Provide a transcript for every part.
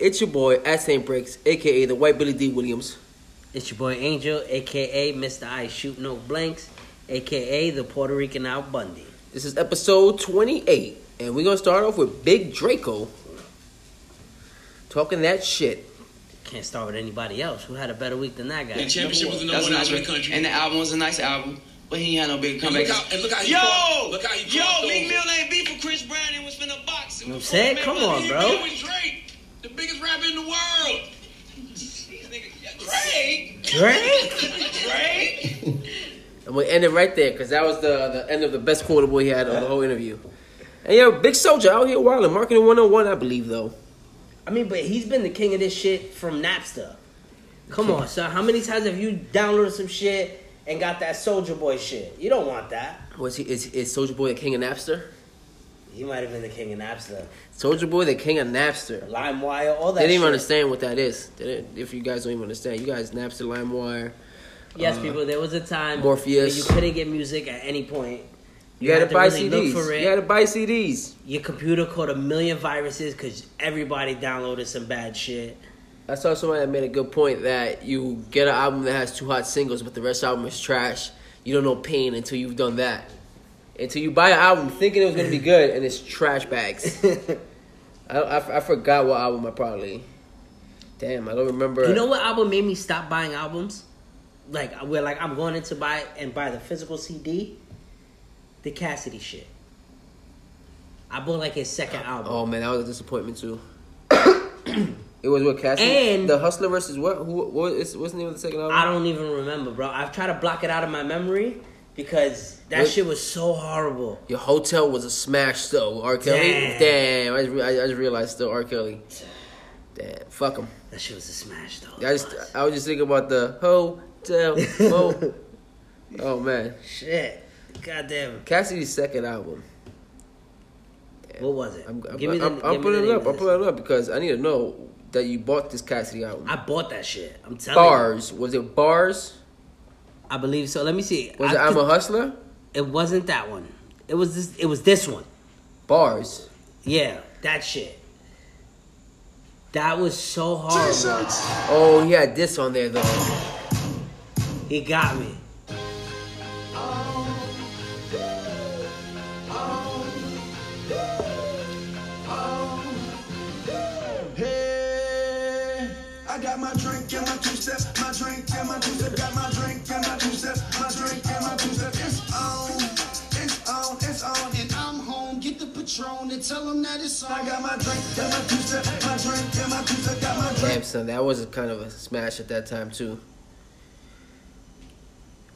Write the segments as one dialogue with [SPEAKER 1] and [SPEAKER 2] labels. [SPEAKER 1] It's your boy at St. Breaks, aka the White Billy D Williams.
[SPEAKER 2] It's your boy Angel, aka Mr. I Shoot No Blanks, aka the Puerto Rican Al Bundy.
[SPEAKER 1] This is episode 28, and we're gonna start off with Big Draco talking that shit.
[SPEAKER 2] Can't start with anybody else. Who had a better week than that guy?
[SPEAKER 3] The championship was the number
[SPEAKER 4] That's
[SPEAKER 3] one
[SPEAKER 4] what
[SPEAKER 3] album
[SPEAKER 4] I'm
[SPEAKER 3] in the country.
[SPEAKER 4] saying. And the album was a nice album, but he had no big
[SPEAKER 3] And look
[SPEAKER 4] comeback.
[SPEAKER 3] how, and look how he
[SPEAKER 4] yo,
[SPEAKER 3] crossed- look how he crossed
[SPEAKER 4] yo, Meek
[SPEAKER 3] over.
[SPEAKER 4] Mill ain't beef with Chris Brown and was finna box. him.
[SPEAKER 2] You know what I'm saying?
[SPEAKER 4] Man,
[SPEAKER 2] Come
[SPEAKER 4] brother,
[SPEAKER 2] on,
[SPEAKER 4] he
[SPEAKER 2] bro.
[SPEAKER 4] beef with Drake, the biggest rapper in the world. These niggas- Drake,
[SPEAKER 2] Drake?
[SPEAKER 4] Drake.
[SPEAKER 1] And we'll end it right there, because that was the, the end of the best quotable he had of the whole interview. And yo, Big Soldier out here wilding, marketing 101, I believe, though.
[SPEAKER 2] I mean, but he's been the king of this shit from Napster. Come on, son. How many times have you downloaded some shit and got that Soldier Boy shit? You don't want that.
[SPEAKER 1] Was he is, is Soldier Boy the king of Napster?
[SPEAKER 2] He might have been the king of Napster,
[SPEAKER 1] Soldier Boy the king of Napster.
[SPEAKER 2] LimeWire, all that.
[SPEAKER 1] They didn't
[SPEAKER 2] shit.
[SPEAKER 1] even understand what that is. They didn't- if you guys don't even understand, you guys Napster, LimeWire.
[SPEAKER 2] Yes,
[SPEAKER 1] Uh,
[SPEAKER 2] people. There was a time
[SPEAKER 1] Morpheus.
[SPEAKER 2] where you couldn't get music at any point.
[SPEAKER 1] You, had, to buy
[SPEAKER 2] really
[SPEAKER 1] CDs.
[SPEAKER 2] Look for it.
[SPEAKER 1] You had to buy CDs.
[SPEAKER 2] Your computer caught a million viruses because everybody downloaded some bad shit.
[SPEAKER 1] I saw somebody that made a good point that you get an album that has two hot singles, but the rest of the album is trash. You don't know pain until you've done that. Until you buy an album thinking it was gonna be good, and it's trash bags. I, I, I forgot what album I probably. Damn, I don't remember.
[SPEAKER 2] You know what album made me stop buying albums? Like where like I'm going in to buy and buy the physical CD, the Cassidy shit. I bought like his second album.
[SPEAKER 1] Oh man, that was a disappointment too. it was what Cassidy
[SPEAKER 2] And-
[SPEAKER 1] the Hustler versus what? Who? What is? What's the name of the second album?
[SPEAKER 2] I don't even remember, bro. I've tried to block it out of my memory because that
[SPEAKER 1] What?
[SPEAKER 2] shit was so horrible.
[SPEAKER 1] Your hotel was a smash though, R. Kelly.
[SPEAKER 2] Damn.
[SPEAKER 1] Damn, I, just, re- I, I just realized still R. Kelly. Damn, fuck him.
[SPEAKER 2] That shit was a smash though.
[SPEAKER 1] I just I was just thinking about the hotel. Oh, oh man,
[SPEAKER 2] shit. Goddamn.
[SPEAKER 1] Cassidy's second album.
[SPEAKER 2] What was it?
[SPEAKER 1] I'm, I'm,
[SPEAKER 2] Give me the-
[SPEAKER 1] I'm,
[SPEAKER 2] give me
[SPEAKER 1] I'm
[SPEAKER 2] the
[SPEAKER 1] putting it
[SPEAKER 2] name
[SPEAKER 1] up.
[SPEAKER 2] of
[SPEAKER 1] I'm
[SPEAKER 2] this.
[SPEAKER 1] putting it up because I need to know that you bought this Cassidy album.
[SPEAKER 2] I bought that shit. I'm telling you.
[SPEAKER 1] bars was it? Bars
[SPEAKER 2] I believe so. Let me see.
[SPEAKER 1] was
[SPEAKER 2] I
[SPEAKER 1] it? I'm
[SPEAKER 2] could-
[SPEAKER 1] a hustler.
[SPEAKER 2] It wasn't that one. It was this. It was this one.
[SPEAKER 1] Bars.
[SPEAKER 2] Yeah, that shit. That was so horrible.
[SPEAKER 1] Oh, he had this on there though.
[SPEAKER 2] He got me.
[SPEAKER 5] I got my drink and my two steps, my drink and my two steps, got my drink and my two steps, my drink and my two steps. It's on, it's on, it's on, and I'm home. Get the patron and tell them that it's on. I got my drink and my two steps, my drink and my two steps, got my drink.
[SPEAKER 1] Damn, son, that was a kind of a smash at that time too.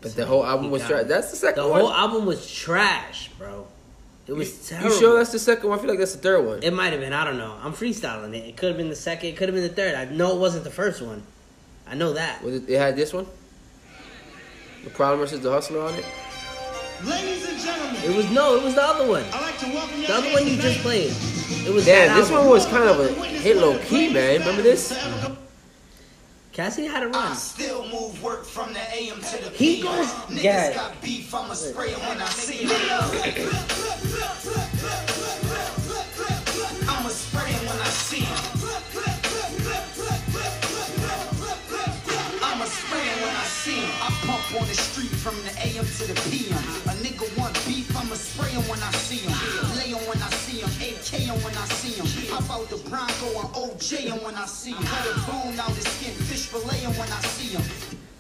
[SPEAKER 1] But the whole album
[SPEAKER 2] He
[SPEAKER 1] was
[SPEAKER 2] got
[SPEAKER 1] trash.
[SPEAKER 2] me.
[SPEAKER 1] That's the second
[SPEAKER 2] The
[SPEAKER 1] one.
[SPEAKER 2] whole album was trash, bro. It was terrible.
[SPEAKER 1] You sure that's the second one? I feel like that's the third one.
[SPEAKER 2] It might have been. I don't know. I'm freestyling it. It could have been the second. It could have been the third. I know it wasn't the first one. I know that.
[SPEAKER 1] Was it, it had this one? The problem versus the hustler on it.
[SPEAKER 5] Ladies and gentlemen,
[SPEAKER 2] It was no. It was the other one.
[SPEAKER 5] I'd like to welcome y'all.
[SPEAKER 2] The other one you just played. It was
[SPEAKER 1] Damn,
[SPEAKER 2] that
[SPEAKER 1] this
[SPEAKER 2] album.
[SPEAKER 1] one was kind of a hit low key, man. Remember this?
[SPEAKER 2] Cassidy had a
[SPEAKER 5] I
[SPEAKER 2] run.
[SPEAKER 5] still move work from the AM to the
[SPEAKER 2] He
[SPEAKER 5] PM.
[SPEAKER 2] goes-
[SPEAKER 5] Niggas
[SPEAKER 2] Yeah.
[SPEAKER 5] got beef, I'ma spray 'em when I see 'em. I'ma spray 'em when I see 'em. I'ma spray 'em when I see 'em. I pump on the street from the AM to the PM. A nigga want beef, I'ma spray 'em when I see 'em. Lay 'em when I see 'em. AK 'em when I see 'em. Hop out the Bronco and OJ 'em when I see 'em. Cut a bone out his skin, fish fillet 'em when I see 'em.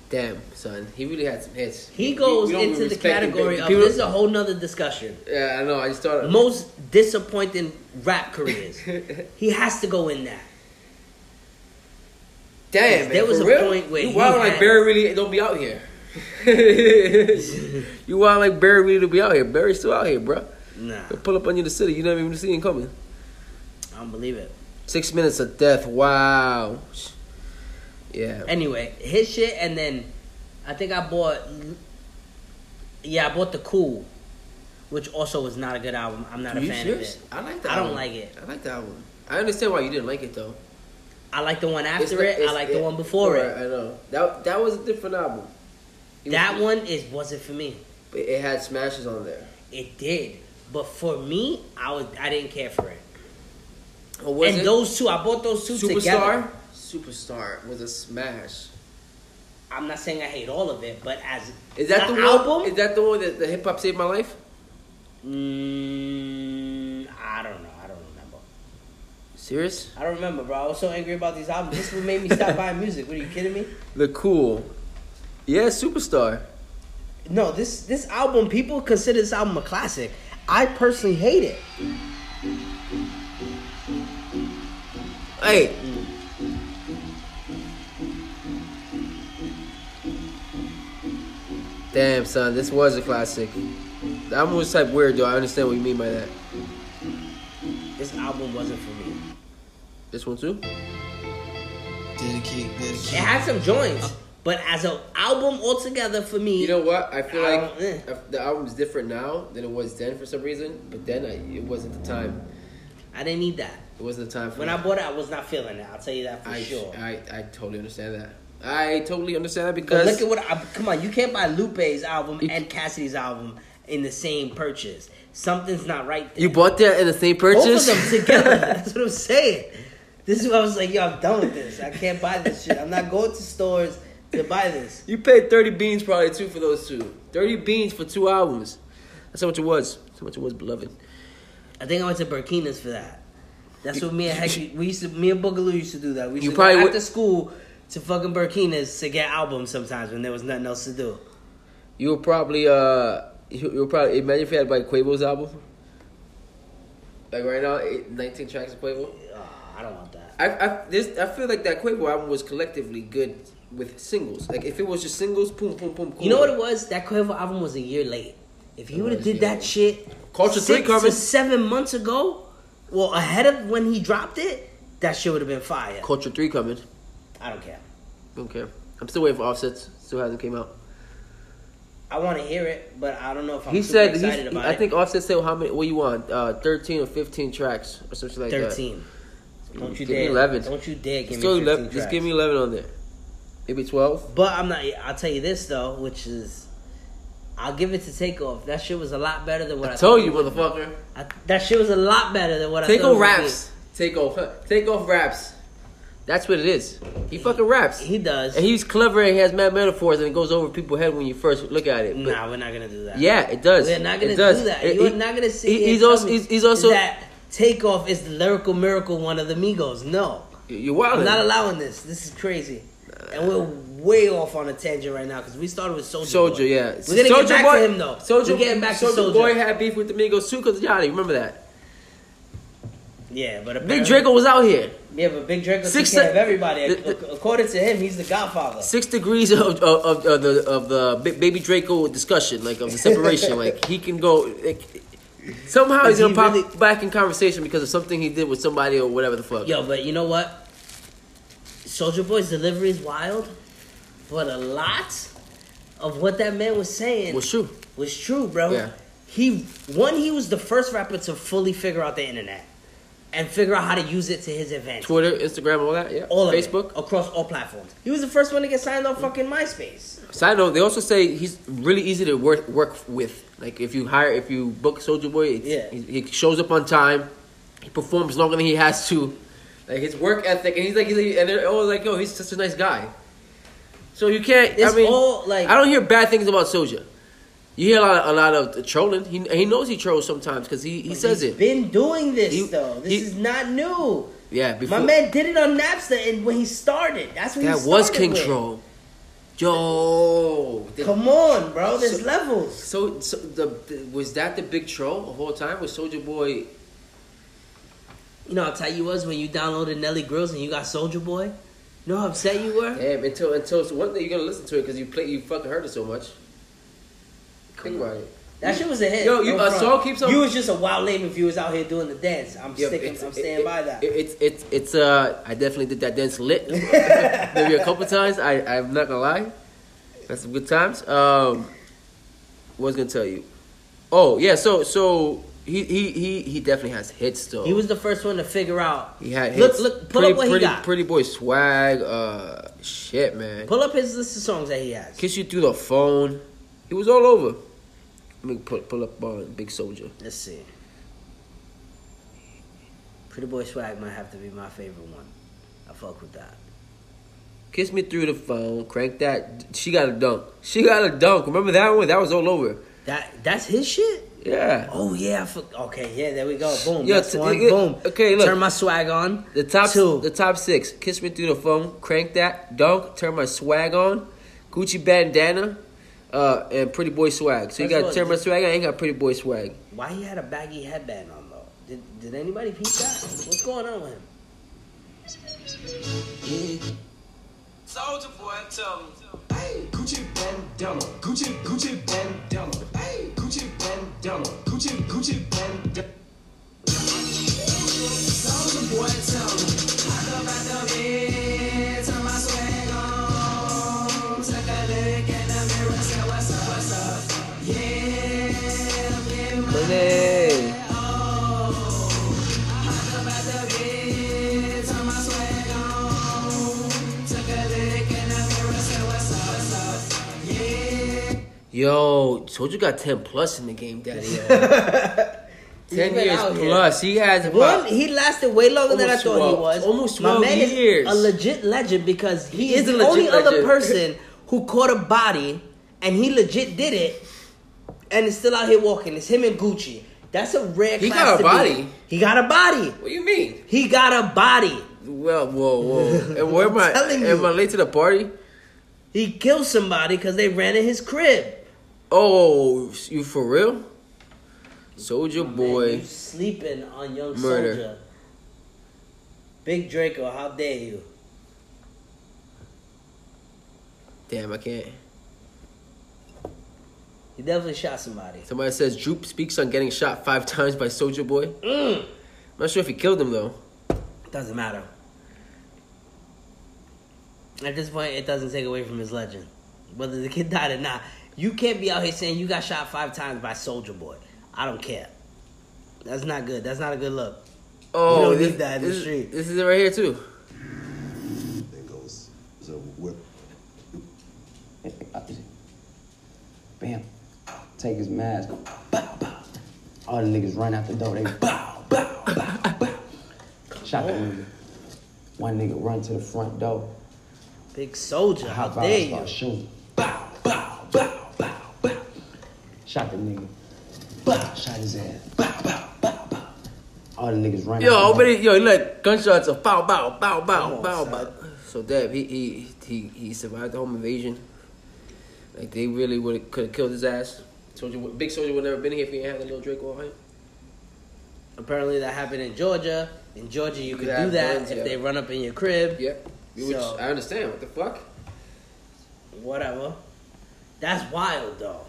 [SPEAKER 1] Damn, son, he really had some hits.
[SPEAKER 2] He goes
[SPEAKER 1] We- we don't
[SPEAKER 2] into the
[SPEAKER 1] respect him,
[SPEAKER 2] category
[SPEAKER 1] baby.
[SPEAKER 2] of
[SPEAKER 1] People-
[SPEAKER 2] this is a whole nother discussion.
[SPEAKER 1] Yeah, I know. I just thought.
[SPEAKER 2] most disappointing rap careers. he has to go in that.
[SPEAKER 1] Damn, man,
[SPEAKER 2] there was
[SPEAKER 1] for
[SPEAKER 2] a
[SPEAKER 1] real?
[SPEAKER 2] point where
[SPEAKER 1] you
[SPEAKER 2] he
[SPEAKER 1] wild like
[SPEAKER 2] had-
[SPEAKER 1] Barry really don't be out here. you wild like Barry really to be out here. Barry's still out here, bruh.
[SPEAKER 2] Nah,
[SPEAKER 1] He'll pull up on you in the city. You never even see him coming.
[SPEAKER 2] I don't believe it.
[SPEAKER 1] Six minutes of death. Wow. Yeah.
[SPEAKER 2] Anyway, his shit, and then I think I bought. Yeah, I bought the Cool, which also was not a good album. I'm not
[SPEAKER 1] Are
[SPEAKER 2] a
[SPEAKER 1] you
[SPEAKER 2] fan
[SPEAKER 1] serious?
[SPEAKER 2] of it.
[SPEAKER 1] I like that.
[SPEAKER 2] I don't
[SPEAKER 1] album.
[SPEAKER 2] like it.
[SPEAKER 1] I like that one. I understand why you didn't like it though.
[SPEAKER 2] I like the one
[SPEAKER 1] It's
[SPEAKER 2] after
[SPEAKER 1] the-
[SPEAKER 2] it. I
[SPEAKER 1] it's-
[SPEAKER 2] like the one before it.
[SPEAKER 1] I know that that was a different album. It
[SPEAKER 2] That
[SPEAKER 1] was,
[SPEAKER 2] one is wasn't for me.
[SPEAKER 1] but it had smashes on there.
[SPEAKER 2] It did, but for me, I was I didn't care for it.
[SPEAKER 1] Or was
[SPEAKER 2] and
[SPEAKER 1] it?
[SPEAKER 2] those two, I bought those two together.
[SPEAKER 1] Superstar. Superstar was a smash.
[SPEAKER 2] I'm not saying I hate all of it, but as
[SPEAKER 1] Is that
[SPEAKER 2] an
[SPEAKER 1] the
[SPEAKER 2] album?
[SPEAKER 1] one? Is that the one that the hip hop saved my life?
[SPEAKER 2] Mm, I don't know. I don't remember.
[SPEAKER 1] Serious?
[SPEAKER 2] I don't remember, bro. I was so angry about these albums. This is what made me stop buying music. What are you kidding me?
[SPEAKER 1] The cool. Yeah, superstar.
[SPEAKER 2] No, this this album people consider this album a classic. I personally hate it.
[SPEAKER 1] Hey. Damn, son, this was a classic. The album was type weird, though. I understand what you mean by that.
[SPEAKER 2] This album wasn't for me.
[SPEAKER 1] This one too.
[SPEAKER 5] Dedicate, dedicate.
[SPEAKER 2] It had some joints, but as an album altogether for me,
[SPEAKER 1] You know what? I feel
[SPEAKER 2] I
[SPEAKER 1] like
[SPEAKER 2] don't- eh.
[SPEAKER 1] if the album's different now than it was then for some reason. But then I, it wasn't the time.
[SPEAKER 2] I didn't need that.
[SPEAKER 1] It wasn't the time for
[SPEAKER 2] When
[SPEAKER 1] me.
[SPEAKER 2] I bought it, I was not feeling it. I'll tell you that for
[SPEAKER 1] I,
[SPEAKER 2] sure.
[SPEAKER 1] I I totally understand that. I totally understand that
[SPEAKER 2] but
[SPEAKER 1] because
[SPEAKER 2] look at what I come on. You can't buy Lupe's album
[SPEAKER 1] You-
[SPEAKER 2] and Cassidy's album in the same purchase. Something's not right. There.
[SPEAKER 1] you bought that in the same purchase.
[SPEAKER 2] Both of them together. That's what I'm saying. This is why I was like, yo, I'm done with this. I can't buy this shit. I'm not going to stores to buy this.
[SPEAKER 1] You paid thirty beans probably too for those two. Thirty beans for two albums. That's how much it was. That's how much it was, beloved.
[SPEAKER 2] I think I went to Burkinas for that. That's what me and Hecky, we used to, me and Boogaloo used to do that. We used
[SPEAKER 1] You
[SPEAKER 2] to
[SPEAKER 1] probably
[SPEAKER 2] go
[SPEAKER 1] would-
[SPEAKER 2] after school to fucking Burkinas to get albums sometimes when there was nothing else to do.
[SPEAKER 1] You were probably uh, you, you were probably imagine if you had to buy Quavo's album. Like right now, eight, 19 tracks of Quavo.
[SPEAKER 2] Oh, I don't want that.
[SPEAKER 1] I I this I feel like that Quavo album was collectively good with singles. Like if it was just singles, boom, boom, boom. Cool.
[SPEAKER 2] You know what it was? That Quavo album was a year late. If he would have
[SPEAKER 1] was,
[SPEAKER 2] did
[SPEAKER 1] yeah.
[SPEAKER 2] that shit
[SPEAKER 1] Culture
[SPEAKER 2] six
[SPEAKER 1] Three
[SPEAKER 2] or
[SPEAKER 1] coming.
[SPEAKER 2] seven months ago, well, ahead of when he dropped it, that shit would have been fire.
[SPEAKER 1] Culture Three coming.
[SPEAKER 2] I don't care.
[SPEAKER 1] Don't care. I'm still waiting for Offsets. Still hasn't came out.
[SPEAKER 2] I want to hear it, but I don't know if I'm
[SPEAKER 1] he
[SPEAKER 2] super
[SPEAKER 1] said
[SPEAKER 2] excited
[SPEAKER 1] he's,
[SPEAKER 2] about
[SPEAKER 1] I
[SPEAKER 2] it.
[SPEAKER 1] think Offset said how many? What you want? Uh, Thirteen or fifteen tracks or something like that.
[SPEAKER 2] thirteen. Don't you
[SPEAKER 1] Give me
[SPEAKER 2] dare!
[SPEAKER 1] 11.
[SPEAKER 2] Don't you dare give
[SPEAKER 1] Just,
[SPEAKER 2] me
[SPEAKER 1] throw
[SPEAKER 2] fifteen
[SPEAKER 1] 11
[SPEAKER 2] tracks.
[SPEAKER 1] just give me 11 on there. Maybe 12.
[SPEAKER 2] But I'm not. I'll tell you this though, which is, I'll give it to Takeoff. That shit was a lot better than what I,
[SPEAKER 1] I told you,
[SPEAKER 2] thought it would
[SPEAKER 1] motherfucker.
[SPEAKER 2] be. I, that shit was a lot better than what I
[SPEAKER 1] Take
[SPEAKER 2] thought. it
[SPEAKER 1] off
[SPEAKER 2] would
[SPEAKER 1] raps. Take off. huh? Take off raps. That's what it is. He fucking raps.
[SPEAKER 2] be. He does.
[SPEAKER 1] And he's clever and he has mad metaphors and it goes over people's head when you first look at it. But
[SPEAKER 2] nah, we're not gonna do that.
[SPEAKER 1] Yeah, it does.
[SPEAKER 2] we're not gonna
[SPEAKER 1] it does.
[SPEAKER 2] do that.
[SPEAKER 1] It-
[SPEAKER 2] You're
[SPEAKER 1] he-
[SPEAKER 2] not gonna see.
[SPEAKER 1] he- he's, also, he's, he's also.
[SPEAKER 2] that Takeoff is the lyrical miracle one of the Migos. No,
[SPEAKER 1] You're wild.
[SPEAKER 2] I'm not allowing this. This is crazy. And we're way off on a tangent right now because we started with Soldier.
[SPEAKER 1] Soldier, yeah.
[SPEAKER 2] We're gonna
[SPEAKER 1] Soulja
[SPEAKER 2] get back
[SPEAKER 1] Boy-
[SPEAKER 2] to him though.
[SPEAKER 1] Soulja-
[SPEAKER 2] we're getting back to
[SPEAKER 1] Soulja
[SPEAKER 2] Soldier.
[SPEAKER 1] Boy had beef with the Migos too because Yachty. Remember that?
[SPEAKER 2] yeah, but apparently,
[SPEAKER 1] Big Draco was out here.
[SPEAKER 2] Yeah, but Big Draco
[SPEAKER 1] Six
[SPEAKER 2] takes care
[SPEAKER 1] se-
[SPEAKER 2] of everybody.
[SPEAKER 1] the- the-
[SPEAKER 2] Ac- According to him, he's the Godfather.
[SPEAKER 1] Six degrees of of, of, of the of the ba- baby Draco discussion, like of the separation. like he can go. Like, somehow he's
[SPEAKER 2] Is
[SPEAKER 1] gonna
[SPEAKER 2] he
[SPEAKER 1] pop
[SPEAKER 2] really-
[SPEAKER 1] back in conversation because of something he did with somebody or whatever the fuck.
[SPEAKER 2] Yo, but you know what? Soldier Boy's delivery is wild, but a lot of what that man was saying
[SPEAKER 1] Well, shoot.
[SPEAKER 2] was true, bro.
[SPEAKER 1] Yeah.
[SPEAKER 2] He one, he was the first rapper to fully figure out the internet and figure out how to use it to his advantage.
[SPEAKER 1] Twitter, Instagram, all that. Yeah.
[SPEAKER 2] All of it,
[SPEAKER 1] Facebook.
[SPEAKER 2] across all platforms. He was the first one to get signed on fucking MySpace.
[SPEAKER 1] Side note: They also say he's really easy to work work with. Like if you hire, if you book Soldier Boy, it's,
[SPEAKER 2] Yeah.
[SPEAKER 1] he, he shows up on time. He performs longer than he has to. Like his work ethic, and he's like, he's like and they're always like, "Yo, he's such a nice guy." So you can't.
[SPEAKER 2] It's
[SPEAKER 1] I mean,
[SPEAKER 2] all, like-
[SPEAKER 1] I don't hear bad things about Soldier. You hear a lot, of, a lot of trolling. He he knows he trolls sometimes because he, he says
[SPEAKER 2] He's
[SPEAKER 1] it.
[SPEAKER 2] Been doing this
[SPEAKER 1] He-
[SPEAKER 2] though. This
[SPEAKER 1] he-
[SPEAKER 2] is not new.
[SPEAKER 1] yeah, before
[SPEAKER 2] My man did it on Napster, and when he started, that's what he
[SPEAKER 1] that
[SPEAKER 2] started
[SPEAKER 1] was
[SPEAKER 2] with.
[SPEAKER 1] control. Yo, the-
[SPEAKER 2] Come on, bro. There's
[SPEAKER 1] So-
[SPEAKER 2] levels.
[SPEAKER 1] So, so the, the was that the big troll the whole time? Was Soldier Boy?
[SPEAKER 2] You know how tight you was when you downloaded Nelly Grills and you got Soldier Boy. You know how upset you were.
[SPEAKER 1] Damn, until until so one day you're gonna listen to it because you play you fucking heard it so much. Think about it.
[SPEAKER 2] That shit was a hit.
[SPEAKER 1] Yo, you-
[SPEAKER 2] No
[SPEAKER 1] a
[SPEAKER 2] front.
[SPEAKER 1] song keeps on-
[SPEAKER 2] You was just a wild lame if you was out here doing the dance. I'm
[SPEAKER 1] Yeah,
[SPEAKER 2] sticking.
[SPEAKER 1] it's-
[SPEAKER 2] I'm
[SPEAKER 1] it-
[SPEAKER 2] staying
[SPEAKER 1] it-
[SPEAKER 2] by that.
[SPEAKER 1] it- It's it's it's uh I definitely did that dance lit maybe a couple times. I I'm not gonna lie, that's some good times. Um, what was I gonna tell you? Oh yeah, so so he he he he definitely has hits though.
[SPEAKER 2] he was the first one to figure out.
[SPEAKER 1] he had
[SPEAKER 2] Look,
[SPEAKER 1] hits.
[SPEAKER 2] look. Pull
[SPEAKER 1] pretty,
[SPEAKER 2] up what
[SPEAKER 1] pretty,
[SPEAKER 2] he got.
[SPEAKER 1] Pretty boy swag. Uh, shit, man.
[SPEAKER 2] Pull up his list of songs that he has.
[SPEAKER 1] Kiss you through the phone. It was all over. Let me pull, pull up on Big Soldier.
[SPEAKER 2] Let's see. Pretty Boy Swag might have to be my favorite one. I fuck with that.
[SPEAKER 1] Kiss me through the phone. Crank that. She got a dunk. She got a dunk. Remember that one? That was all over.
[SPEAKER 2] That that's his shit.
[SPEAKER 1] Yeah.
[SPEAKER 2] Oh yeah, I fuck. Okay, yeah, there we go. Boom.
[SPEAKER 1] Yeah,
[SPEAKER 2] that's
[SPEAKER 1] t-
[SPEAKER 2] one.
[SPEAKER 1] yeah,
[SPEAKER 2] Boom.
[SPEAKER 1] okay, look.
[SPEAKER 2] Turn my swag on.
[SPEAKER 1] The top
[SPEAKER 2] two.
[SPEAKER 1] The top six. Kiss me through the phone. Crank that. Dunk. Turn my swag on. Gucci bandana. Uh, and pretty boy swag. So you
[SPEAKER 2] That's
[SPEAKER 1] got
[SPEAKER 2] what-
[SPEAKER 1] turn my swag. I ain't got pretty boy swag.
[SPEAKER 2] Why he had a baggy headband on though? Did did anybody peep that? What's going on with him?
[SPEAKER 6] Soldier boy, tell me.
[SPEAKER 5] Hey, Gucci bandana, Gucci Gucci bandana. Hey, Gucci bandana, Gucci Gucci bandana. Soldier boy, tell me. Hop up out the bed, turn my swag on. Take a look in the mirror, say what's up, what's up.
[SPEAKER 1] Money.
[SPEAKER 5] Bed, turn my swag on. Take a look in the mirror, say what's up, what's up.
[SPEAKER 1] Yo, told you got ten plus in the game, daddy. yo. ten
[SPEAKER 2] been
[SPEAKER 1] years
[SPEAKER 2] out here.
[SPEAKER 1] plus. He has about-
[SPEAKER 2] One, he lasted way longer than I
[SPEAKER 1] Almost
[SPEAKER 2] thought he
[SPEAKER 1] 12
[SPEAKER 2] was.
[SPEAKER 1] almost
[SPEAKER 2] My
[SPEAKER 1] 12
[SPEAKER 2] man
[SPEAKER 1] years.
[SPEAKER 2] is a legit legend because he,
[SPEAKER 1] He
[SPEAKER 2] is
[SPEAKER 1] is
[SPEAKER 2] the
[SPEAKER 1] a legit
[SPEAKER 2] only other
[SPEAKER 1] legend.
[SPEAKER 2] person who caught a body and he legit did it and is still out here walking. It's him and Gucci. That's a rare.
[SPEAKER 1] He
[SPEAKER 2] class
[SPEAKER 1] got a
[SPEAKER 2] to be
[SPEAKER 1] body.
[SPEAKER 2] in. He got a body.
[SPEAKER 1] What do you mean?
[SPEAKER 2] He got a body.
[SPEAKER 1] Well, whoa, whoa. And where am I?
[SPEAKER 2] telling
[SPEAKER 1] Am
[SPEAKER 2] you.
[SPEAKER 1] I late to the party?
[SPEAKER 2] He killed somebody because they ran in his crib.
[SPEAKER 1] Oh, you for real? Soldier
[SPEAKER 2] Man,
[SPEAKER 1] boy.
[SPEAKER 2] you sleeping on young
[SPEAKER 1] Murder.
[SPEAKER 2] soldier. Big Draco, how dare you?
[SPEAKER 1] Damn, I can't.
[SPEAKER 2] He definitely shot somebody.
[SPEAKER 1] Somebody says Droop speaks on getting shot five times by Soldier Boy. Mm. Not sure if he killed him though.
[SPEAKER 2] Doesn't matter. At this point, it doesn't take away from his legend. Whether the kid died or not, you can't be out here saying you got shot five times by Soldier Boy. I don't care. That's not good. That's not a good look.
[SPEAKER 1] Oh,
[SPEAKER 2] don't
[SPEAKER 1] this,
[SPEAKER 2] need that in the
[SPEAKER 1] this,
[SPEAKER 2] street.
[SPEAKER 1] This is it right here too.
[SPEAKER 7] Then goes is a whip. Bam. Take his mask. Bow, bow. All the niggas run out the door. They bow, bow, bow, bow. Shot the nigga. One nigga run to the front door.
[SPEAKER 2] Big Soldier, how
[SPEAKER 7] Hop out and
[SPEAKER 2] dare
[SPEAKER 7] start
[SPEAKER 2] you?
[SPEAKER 7] shooting. Bow, bow, bow, bow, bow. Shot the nigga. Bow. Shot his ass. Bow, bow, bow, bow. All the niggas run out
[SPEAKER 1] Yo,
[SPEAKER 7] the door.
[SPEAKER 1] already, yo, look, gunshots are bow, bow, bow, bow,
[SPEAKER 2] on,
[SPEAKER 1] bow,
[SPEAKER 2] son.
[SPEAKER 1] bow. So Deb, he he he he survived the home invasion. Like they really would could have killed his ass. Soldier, Boy- big soldier would never been here if he ain't had a little Draco on him.
[SPEAKER 2] Apparently, that happened in Georgia. In Georgia, you could
[SPEAKER 1] could have
[SPEAKER 2] do that
[SPEAKER 1] guns,
[SPEAKER 2] if
[SPEAKER 1] yeah.
[SPEAKER 2] they run up in your crib.
[SPEAKER 1] Yeah, you would,
[SPEAKER 2] So-
[SPEAKER 1] I understand. What the fuck?
[SPEAKER 2] whatever. That's wild though.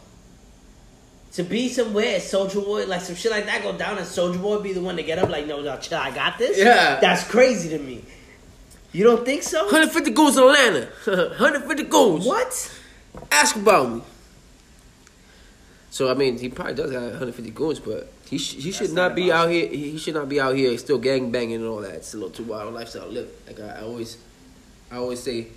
[SPEAKER 2] To be somewhere, Soldier Boy, like some shit like that go down, and Soldier Boy be the one to get up, like, no, no, chill, I got this.
[SPEAKER 1] Yeah.
[SPEAKER 2] that's crazy to me. You don't think so?
[SPEAKER 1] 150 goals in Atlanta. 150 goals.
[SPEAKER 2] What?
[SPEAKER 1] Ask about me. So I mean, he probably does have 150 goons, but he sh- he should not,
[SPEAKER 2] not
[SPEAKER 1] be out here. He he should not be out here still gang banging and all that. It's a little too wild lifestyle to live. Like I, I always, I always say,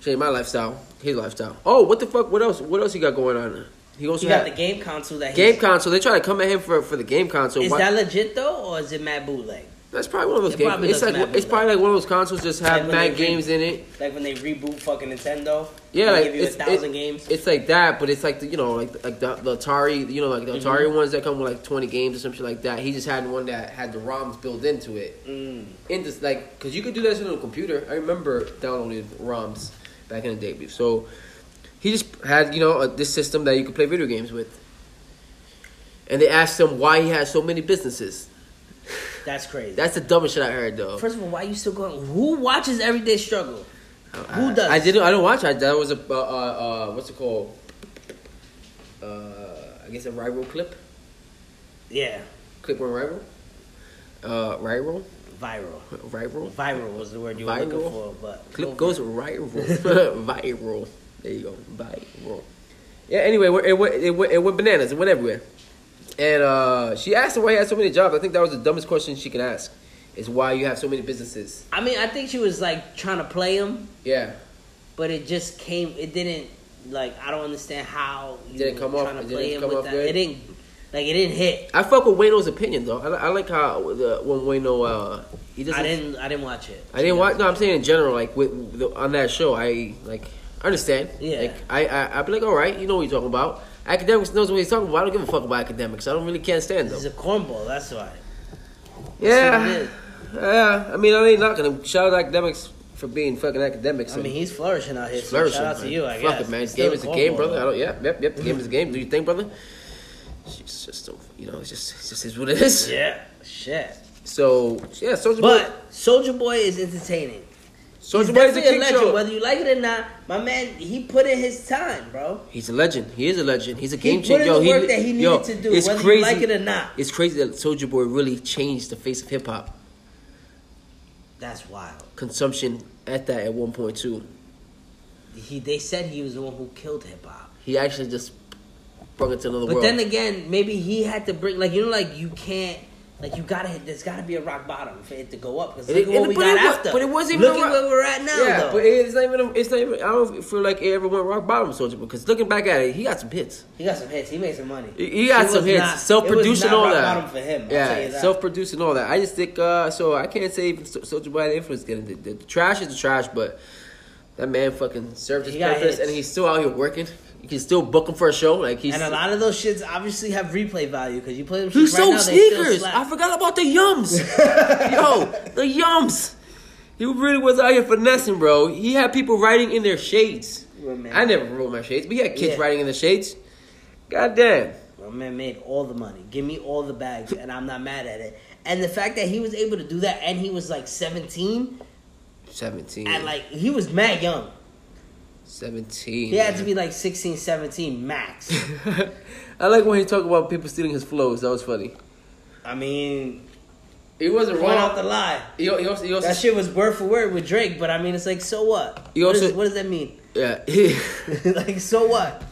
[SPEAKER 1] change my lifestyle, his lifestyle. Oh, what the fuck? What else? What else he got going on? He also
[SPEAKER 2] You got the
[SPEAKER 1] had
[SPEAKER 2] game console that
[SPEAKER 1] game
[SPEAKER 2] he's-
[SPEAKER 1] console. They try to come at him for for the game console.
[SPEAKER 2] Is
[SPEAKER 1] Why-
[SPEAKER 2] that legit though, or is it Matt Bootleg?
[SPEAKER 1] that's probably one of those
[SPEAKER 2] It
[SPEAKER 1] games.
[SPEAKER 2] probably
[SPEAKER 1] It's
[SPEAKER 2] does
[SPEAKER 1] like
[SPEAKER 2] matter,
[SPEAKER 1] it's
[SPEAKER 2] though.
[SPEAKER 1] probably like one of those consoles just have
[SPEAKER 2] Like when
[SPEAKER 1] mad
[SPEAKER 2] they re-
[SPEAKER 1] games in it.
[SPEAKER 2] Like when they reboot fucking Nintendo?
[SPEAKER 1] Yeah,
[SPEAKER 2] they
[SPEAKER 1] like
[SPEAKER 2] give you a
[SPEAKER 1] it's,
[SPEAKER 2] thousand
[SPEAKER 1] it-
[SPEAKER 2] games.
[SPEAKER 1] It's like that, but it's like the, you know, like like the, the Atari, you know, like the Atari
[SPEAKER 2] Mm-hmm.
[SPEAKER 1] ones that come with like twenty games or something like that. He just had one that had the ROMs built into it.
[SPEAKER 2] Mm.
[SPEAKER 1] In this, like, cause you could do that shit on a computer. I remember downloading ROMs back in the day. So he just had you know a, this system that you could play video games with. And they asked him why he had so many businesses.
[SPEAKER 2] That's crazy.
[SPEAKER 1] That's the dumbest shit I heard though.
[SPEAKER 2] First of all, why you still going? Who watches Everyday Struggle?
[SPEAKER 1] I-
[SPEAKER 2] Who does?
[SPEAKER 1] I didn't. I don't watch. I that was a uh, uh, uh, what's it called? Uh, I guess a rival clip.
[SPEAKER 2] Yeah,
[SPEAKER 1] Clip on rival. Uh, rival,
[SPEAKER 2] viral.
[SPEAKER 1] rival.
[SPEAKER 2] Viral was the word you were
[SPEAKER 1] Viral?
[SPEAKER 2] looking for, but
[SPEAKER 1] Clip
[SPEAKER 2] over
[SPEAKER 1] goes viral, viral. There you go, viral. Yeah. Anyway, it went, it went, it went bananas. It went everywhere. And uh, she asked him why he had so many jobs. I think that was the dumbest question she could ask. Is why you have so many businesses?
[SPEAKER 2] I mean, I think she was like trying to play him,
[SPEAKER 1] Yeah.
[SPEAKER 2] but it just came. It didn't like. I don't understand how you
[SPEAKER 1] Didn't come
[SPEAKER 2] were
[SPEAKER 1] off-
[SPEAKER 2] trying
[SPEAKER 1] it
[SPEAKER 2] to
[SPEAKER 1] didn't
[SPEAKER 2] play him
[SPEAKER 1] come
[SPEAKER 2] with
[SPEAKER 1] off
[SPEAKER 2] that.
[SPEAKER 1] good?
[SPEAKER 2] It didn't. Like it didn't hit.
[SPEAKER 1] I fuck with Wayno's opinion though. I, li- I like how the, when Wayno uh, he doesn't.
[SPEAKER 2] I didn't. I didn't watch it.
[SPEAKER 1] I didn't watch. No, I'm saying in general, like with the, on that show, I like I understand.
[SPEAKER 2] Yeah.
[SPEAKER 1] Like I I I'd be like, all right, you know what you're talking about. Academics knows what he's talking about. I don't give a fuck about academics. I don't really can't stand
[SPEAKER 2] This
[SPEAKER 1] them.
[SPEAKER 2] is a cornball. That's why. what it
[SPEAKER 1] yeah.
[SPEAKER 2] is.
[SPEAKER 1] Yeah. I mean, I ain't not gonna shout out academics for being fucking academics.
[SPEAKER 2] I mean, he's flourishing out here.
[SPEAKER 1] It's
[SPEAKER 2] So
[SPEAKER 1] flourishing.
[SPEAKER 2] Shout out to
[SPEAKER 1] man.
[SPEAKER 2] you. I
[SPEAKER 1] Fuck
[SPEAKER 2] guess.
[SPEAKER 1] it, man.
[SPEAKER 2] It's
[SPEAKER 1] game
[SPEAKER 2] still
[SPEAKER 1] is
[SPEAKER 2] a
[SPEAKER 1] the game,
[SPEAKER 2] cornball,
[SPEAKER 1] brother. I
[SPEAKER 2] though.
[SPEAKER 1] don't. Yep, yep, yep. The game is the game. Do you think, brother? It's just, you know, it's just, it's just is what it is.
[SPEAKER 2] Yeah. Shit.
[SPEAKER 1] So yeah, Soulja Boy.
[SPEAKER 2] But Soldier Boy is entertaining. He's
[SPEAKER 1] Soulja Boy is a
[SPEAKER 2] definitely
[SPEAKER 1] kick
[SPEAKER 2] legend,
[SPEAKER 1] show.
[SPEAKER 2] whether you like it or not. My man, he put in his time, bro.
[SPEAKER 1] He's a legend. He is a legend. He's a
[SPEAKER 2] He
[SPEAKER 1] game
[SPEAKER 2] put
[SPEAKER 1] changer.
[SPEAKER 2] in
[SPEAKER 1] Yo,
[SPEAKER 2] the work that he needed
[SPEAKER 1] yo,
[SPEAKER 2] to do,
[SPEAKER 1] it's
[SPEAKER 2] whether you
[SPEAKER 1] crazy.
[SPEAKER 2] like it or not.
[SPEAKER 1] It's crazy that Soldier Boy really changed the face of hip hop
[SPEAKER 2] That's wild.
[SPEAKER 1] consumption at that at one point too.
[SPEAKER 2] He they said he was the one who killed hip hop.
[SPEAKER 1] He actually just brought it to another
[SPEAKER 2] But
[SPEAKER 1] world.
[SPEAKER 2] then again, maybe he had to bring like you know like you can't like you gotta hit. There's gotta be a rock bottom for it to go up because
[SPEAKER 1] It-
[SPEAKER 2] look at
[SPEAKER 1] it-
[SPEAKER 2] what we
[SPEAKER 1] but
[SPEAKER 2] got
[SPEAKER 1] it wa-
[SPEAKER 2] after.
[SPEAKER 1] but it wasn't even
[SPEAKER 2] Look
[SPEAKER 1] a
[SPEAKER 2] at
[SPEAKER 1] rock-
[SPEAKER 2] where we're at now
[SPEAKER 1] yeah,
[SPEAKER 2] though.
[SPEAKER 1] but it's not even. It's not even. I don't feel like it ever went rock bottom Soldier because looking back at it, he got some hits.
[SPEAKER 2] he got some hits. He made some money.
[SPEAKER 1] He- He got
[SPEAKER 2] It
[SPEAKER 1] some
[SPEAKER 2] was
[SPEAKER 1] hits,
[SPEAKER 2] not- it was
[SPEAKER 1] self-producing
[SPEAKER 2] not
[SPEAKER 1] all
[SPEAKER 2] rock
[SPEAKER 1] that.
[SPEAKER 2] bottom for him. I'll tell you
[SPEAKER 1] yeah,
[SPEAKER 2] that.
[SPEAKER 1] self-producing all that. I just think uh, so. I can't say if Soldier Boy had influence. Getting the, the, the trash is the trash, but that man fucking served his
[SPEAKER 2] He got
[SPEAKER 1] purpose,
[SPEAKER 2] hits.
[SPEAKER 1] and he's still out here working. You can still book him for a show. Like he's
[SPEAKER 2] And a lot of those shits obviously have replay value because you play them.
[SPEAKER 1] He
[SPEAKER 2] shits right
[SPEAKER 1] sold
[SPEAKER 2] now, they still
[SPEAKER 1] sneakers.
[SPEAKER 2] slap.
[SPEAKER 1] I forgot about the yums. Yo, the yums. He really was out here finessing, bro. He had people writing in their shades.
[SPEAKER 2] Well, man.
[SPEAKER 1] I never rolled my shades, but he had kids
[SPEAKER 2] Yeah.
[SPEAKER 1] writing in the shades. God damn.
[SPEAKER 2] My man made all the money. Give me all the bags, and I'm not mad at it. And the fact that he was able to do that, and he was like 17,
[SPEAKER 1] 17.
[SPEAKER 2] and like he was mad young.
[SPEAKER 1] 17.
[SPEAKER 2] He had to be like 16, 17 max.
[SPEAKER 1] man. I like when he talk about people stealing his flows. That was funny.
[SPEAKER 2] I mean,
[SPEAKER 1] He wasn't
[SPEAKER 2] point out the
[SPEAKER 1] wrong.
[SPEAKER 2] lie.
[SPEAKER 1] He, al- he also, he also,
[SPEAKER 2] That shit was word for word with Drake, but I mean, it's like, so what?
[SPEAKER 1] You
[SPEAKER 2] what,
[SPEAKER 1] also-
[SPEAKER 2] is- what does that mean?
[SPEAKER 1] yeah. He,
[SPEAKER 2] like, so what?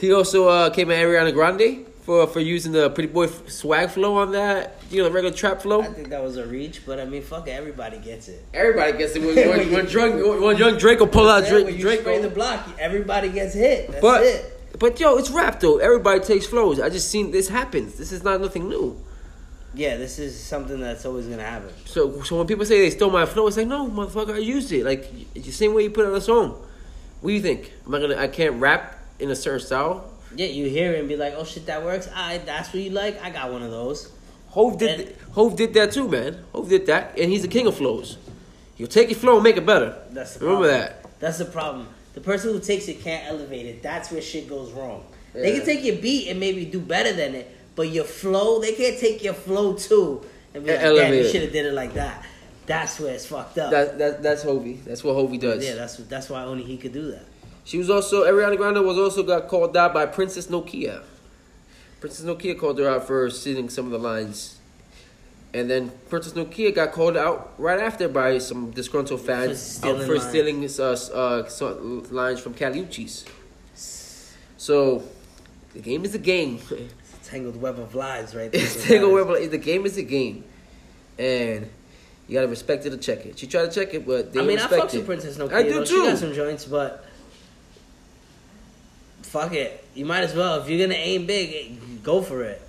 [SPEAKER 1] he also uh, came at Ariana Grande for for using the Pretty Boy f- swag flow on that. You know, the regular trap flow.
[SPEAKER 2] I think that was a reach, but I mean, fuck it, everybody gets it.
[SPEAKER 1] Everybody gets it. When, when, when, drunk, when, when young Drake will pull out
[SPEAKER 2] Yeah, when
[SPEAKER 1] Uh, Drake.
[SPEAKER 2] you
[SPEAKER 1] Drake
[SPEAKER 2] spray the block, everybody gets hit. That's
[SPEAKER 1] but,
[SPEAKER 2] it.
[SPEAKER 1] but yo, it's rap though. Everybody takes flows. I just seen this happens. This is not nothing new.
[SPEAKER 2] Yeah, this is something that's always gonna happen.
[SPEAKER 1] So so when people say they stole my flow, it's like no, motherfucker, I used it. Like it's the same way you put it on a song. What do you think? Am I gonna? I can't rap in a certain style.
[SPEAKER 2] Yeah, you hear it and be like, "Oh shit, that works." I that's what you like. I got one of those.
[SPEAKER 1] Hove did
[SPEAKER 2] And-
[SPEAKER 1] Hove did that too, man. Hove did that, and he's the king of flows. He'll take your flow and make it better.
[SPEAKER 2] That's the
[SPEAKER 1] remember
[SPEAKER 2] problem.
[SPEAKER 1] that.
[SPEAKER 2] That's the problem. The person who takes it can't elevate it. That's where shit goes wrong. They can take your beat and maybe do better than it, but your flow, they can't take your flow too and be
[SPEAKER 1] And
[SPEAKER 2] like, "Damn,
[SPEAKER 1] elevate
[SPEAKER 2] you
[SPEAKER 1] it."
[SPEAKER 2] should have did it like that." That's where it's fucked up.
[SPEAKER 1] That, that that's Hovey. That's what Hovey does.
[SPEAKER 2] yeah, that's that's why only he could do that.
[SPEAKER 1] She was also Ariana Grande was also got called out by Princess Nokia. Princess Nokia called her out for singing some of the lines, and then Princess Nokia got called out right after by some disgruntled fans
[SPEAKER 2] For stealing
[SPEAKER 1] out for
[SPEAKER 2] lines.
[SPEAKER 1] stealing uh, uh, so- lines from Caliuchis. So the game is a game.
[SPEAKER 2] It's a tangled web of lies, right there.
[SPEAKER 1] It's take a word, but the game is a game, and you gotta respect it or check it. She tried to check it, but they
[SPEAKER 2] I mean, I
[SPEAKER 1] respect
[SPEAKER 2] fucks
[SPEAKER 1] it.
[SPEAKER 2] with Princess No
[SPEAKER 1] I do
[SPEAKER 2] though.
[SPEAKER 1] too.
[SPEAKER 2] She got some joints, but fuck it. You might as well. If you're gonna aim big, eh, go for it.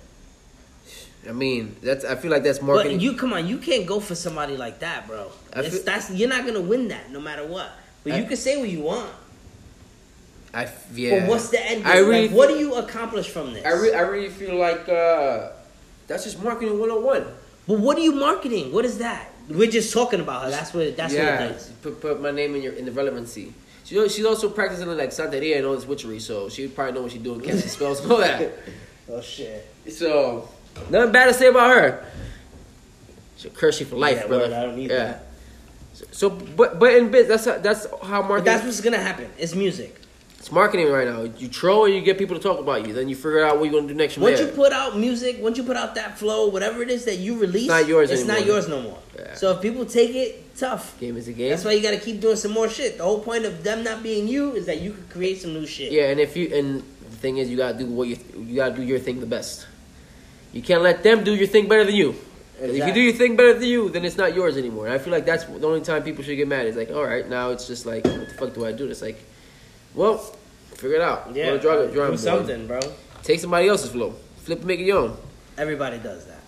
[SPEAKER 1] I mean, that's. I feel like that's marketing.
[SPEAKER 2] But you come on, you can't go for somebody like that, bro.
[SPEAKER 1] I
[SPEAKER 2] It's,
[SPEAKER 1] feel-
[SPEAKER 2] that's you're not gonna win that no matter what. But you
[SPEAKER 1] I-
[SPEAKER 2] can say what you want.
[SPEAKER 1] I f- yeah.
[SPEAKER 2] But what's the end?
[SPEAKER 1] I
[SPEAKER 2] game?
[SPEAKER 1] really
[SPEAKER 2] like, what do you accomplish from this?
[SPEAKER 1] I really, I really feel like uh, that's just marketing 101.
[SPEAKER 2] but what are you marketing? What is that? We're just talking about her. That's what. That's what it
[SPEAKER 1] yeah,
[SPEAKER 2] is.
[SPEAKER 1] put, put my name in your in the relevancy. She, al- she's also practicing in like Santeria and all this witchery, so she probably know what she's doing, casting spells and all that.
[SPEAKER 2] Oh shit!
[SPEAKER 1] So nothing bad to say about her. She'll curse you for life,
[SPEAKER 2] Yeah,
[SPEAKER 1] brother.
[SPEAKER 2] word, I don't need
[SPEAKER 1] yeah.
[SPEAKER 2] that.
[SPEAKER 1] So, so, but but in biz, that's how, that's how
[SPEAKER 2] But
[SPEAKER 1] marketing.
[SPEAKER 2] that's what's gonna happen. It's music.
[SPEAKER 1] it's marketing right now. You troll and you get people to talk about you. Then you figure out what you're gonna do next. from
[SPEAKER 2] Once
[SPEAKER 1] there.
[SPEAKER 2] you put out music, once you put out that flow, whatever it is that you release,
[SPEAKER 1] not yours
[SPEAKER 2] It's not
[SPEAKER 1] anymore.
[SPEAKER 2] yours no more.
[SPEAKER 1] Yeah.
[SPEAKER 2] So if people take it, tough.
[SPEAKER 1] game is a game.
[SPEAKER 2] That's why you got to keep doing some more shit. The whole point of them not being you is that you can create some new shit.
[SPEAKER 1] Yeah, and if you and the thing is, you gotta do what you you gotta do your thing the best. You can't let them do your thing better than you. 'Cause If you do
[SPEAKER 2] Exactly.
[SPEAKER 1] your thing better than you, then it's not yours anymore. And I feel like that's the only time people should get mad. It's like, all right, now it's just like, what the fuck do I do? It's like, well, figure it out. Go to the drawing- drawing
[SPEAKER 2] do
[SPEAKER 1] board.
[SPEAKER 2] something, bro.
[SPEAKER 1] Take somebody else's flow. Flip and make it your own.
[SPEAKER 2] Everybody does that.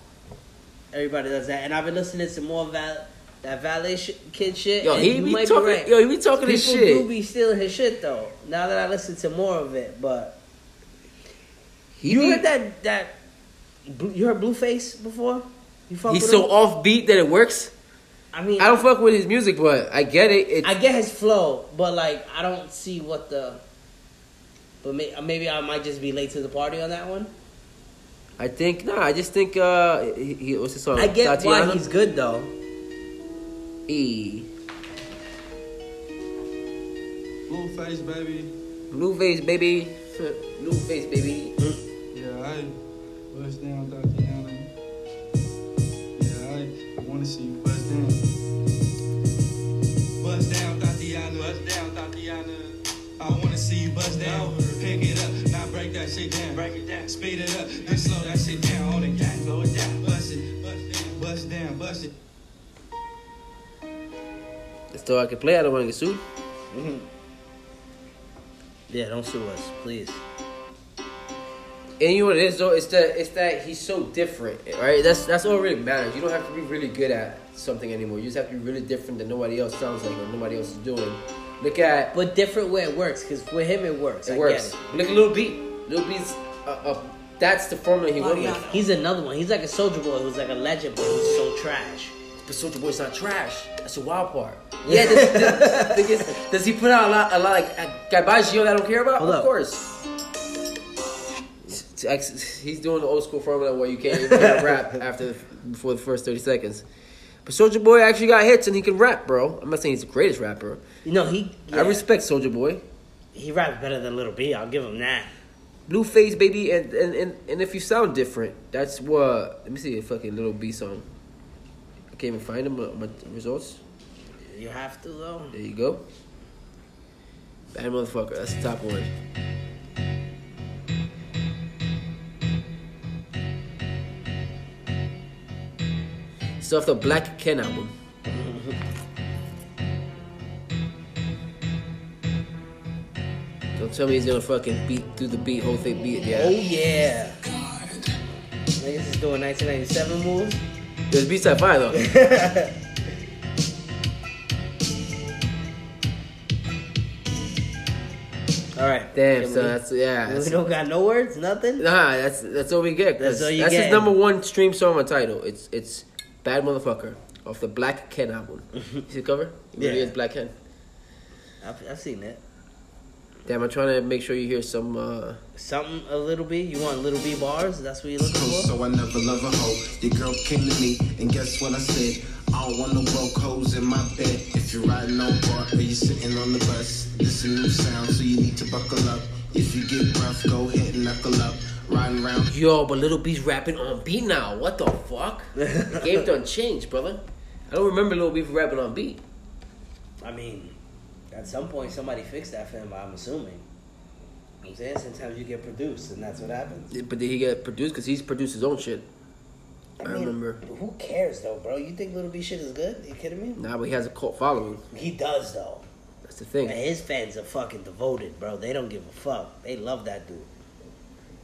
[SPEAKER 2] Everybody does that. And I've been listening to more val- that valet sh- kid shit.
[SPEAKER 1] Yo,
[SPEAKER 2] and
[SPEAKER 1] he
[SPEAKER 2] you
[SPEAKER 1] be
[SPEAKER 2] might
[SPEAKER 1] talking.
[SPEAKER 2] right.
[SPEAKER 1] Yo, he be talking this
[SPEAKER 2] People do
[SPEAKER 1] shit.
[SPEAKER 2] be stealing his shit though. Now that I listen to more of it, but
[SPEAKER 1] He
[SPEAKER 2] you
[SPEAKER 1] be-
[SPEAKER 2] heard that that Blue- you heard Blueface before? You fuck
[SPEAKER 1] He's
[SPEAKER 2] with
[SPEAKER 1] so
[SPEAKER 2] him?
[SPEAKER 1] offbeat that it works.
[SPEAKER 2] I mean,
[SPEAKER 1] I don't fuck with his music, but I get it. It
[SPEAKER 2] I get his flow, but like I don't see what the. But may, maybe I might just be late to the party on that one.
[SPEAKER 1] I think nah. I just think uh, he, he, what's his song?
[SPEAKER 2] I get
[SPEAKER 1] Tatiana?
[SPEAKER 2] why he's good though.
[SPEAKER 1] E.
[SPEAKER 8] Blueface, baby.
[SPEAKER 1] Blueface baby, Blueface baby.
[SPEAKER 2] Hmm.
[SPEAKER 8] Yeah, I bust down Tatiana. Yeah, I, I wanna see you bust down. Bust down Tatiana. Bust down Tatiana. I wanna see you bust down. Pick it up, now break that shit down. Break it down. Speed it up, then slow that shit down. On the gas, slow it down. Bust it, bust down, bust down, bust it.
[SPEAKER 1] That's all I can play. I don't want to get sued.
[SPEAKER 2] Mm-hmm. Yeah, don't sue us, please.
[SPEAKER 1] And you know what it is though? It's that it's that he's so different, right? That's that's all really matters. You don't have to be really good at something anymore. You just have to be really different than nobody else sounds like or nobody else is doing. Look at
[SPEAKER 2] But different where it works, because with him it works. I
[SPEAKER 1] it
[SPEAKER 2] get
[SPEAKER 1] works. Look at Lil B. Lil B's uh, uh, that's the formula he went with.
[SPEAKER 2] He's another one. He's like a soldier boy who's like a legend, but he's so trash.
[SPEAKER 1] But Soldier Boy's not trash. That's the wild part. Yeah, does, does, thing is, does he put out a lot, a lot like uh, Gabaggio that I don't care about?
[SPEAKER 2] Hold
[SPEAKER 1] of
[SPEAKER 2] up.
[SPEAKER 1] course. It's- it's- He's doing the old school formula where you can't even rap after before the first thirty seconds. But Soldier Boy actually got hits and he can rap, bro. I'm not saying he's the greatest rapper.
[SPEAKER 2] You know, he yeah,
[SPEAKER 1] I respect Soldier Boy,
[SPEAKER 2] he raps better than Little B. I'll give him that.
[SPEAKER 1] Blueface baby, and, and and and if you sound different, that's what. Let me see a fucking little B song. I can't even find him. uh, My results.
[SPEAKER 2] You have to though.
[SPEAKER 1] There you go. Bad motherfucker. That's the top one. It's off the Black Ken album. Don't tell me he's gonna fucking beat through the beat, whole thing beat.
[SPEAKER 2] Oh
[SPEAKER 1] Yeah,
[SPEAKER 2] yeah. Niggas is doing 1997 moves.
[SPEAKER 1] there's beats that fire though.
[SPEAKER 2] All right.
[SPEAKER 1] Damn,
[SPEAKER 2] Can
[SPEAKER 1] so
[SPEAKER 2] we-
[SPEAKER 1] that's yeah.
[SPEAKER 2] we
[SPEAKER 1] That's,
[SPEAKER 2] don't got no words, nothing.
[SPEAKER 1] nah, that's that's all we get. 'cause
[SPEAKER 2] That's all you
[SPEAKER 1] that's his
[SPEAKER 2] get.
[SPEAKER 1] number one stream song on title. It's it's bad motherfucker off the Black Ken album. You see the cover? It really
[SPEAKER 2] Yeah.
[SPEAKER 1] is Black Ken.
[SPEAKER 2] I've, I've seen it.
[SPEAKER 1] Damn, I'm trying to make sure you hear some. uh
[SPEAKER 2] Something a little bit. You want little B bars? That's what you're looking for.
[SPEAKER 5] So I never love a hoe. Your girl came to me, and guess what I said? I don't want no broke hoes in my bed. If you're riding on Broadway, you're sitting on the bus. This a new sound, so you need to buckle up. If you get rough, go ahead and knuckle up. Riding round
[SPEAKER 1] Yo, but Little B's rapping on beat now. What the fuck? the game done changed, brother. I don't remember Little B rapping on beat.
[SPEAKER 2] I mean, at some point somebody fixed that for him. I'm assuming. You know what I'm saying sometimes you get produced, and that's what happens.
[SPEAKER 1] But did he get produced? Because he's produced his own shit. I remember.
[SPEAKER 2] Who cares though, bro? You think Little B shit is good? you kidding me?
[SPEAKER 1] Nah, but he has a cult following.
[SPEAKER 2] He does though.
[SPEAKER 1] That's the thing.
[SPEAKER 2] And his fans are fucking devoted, bro. They don't give a fuck. They love that dude.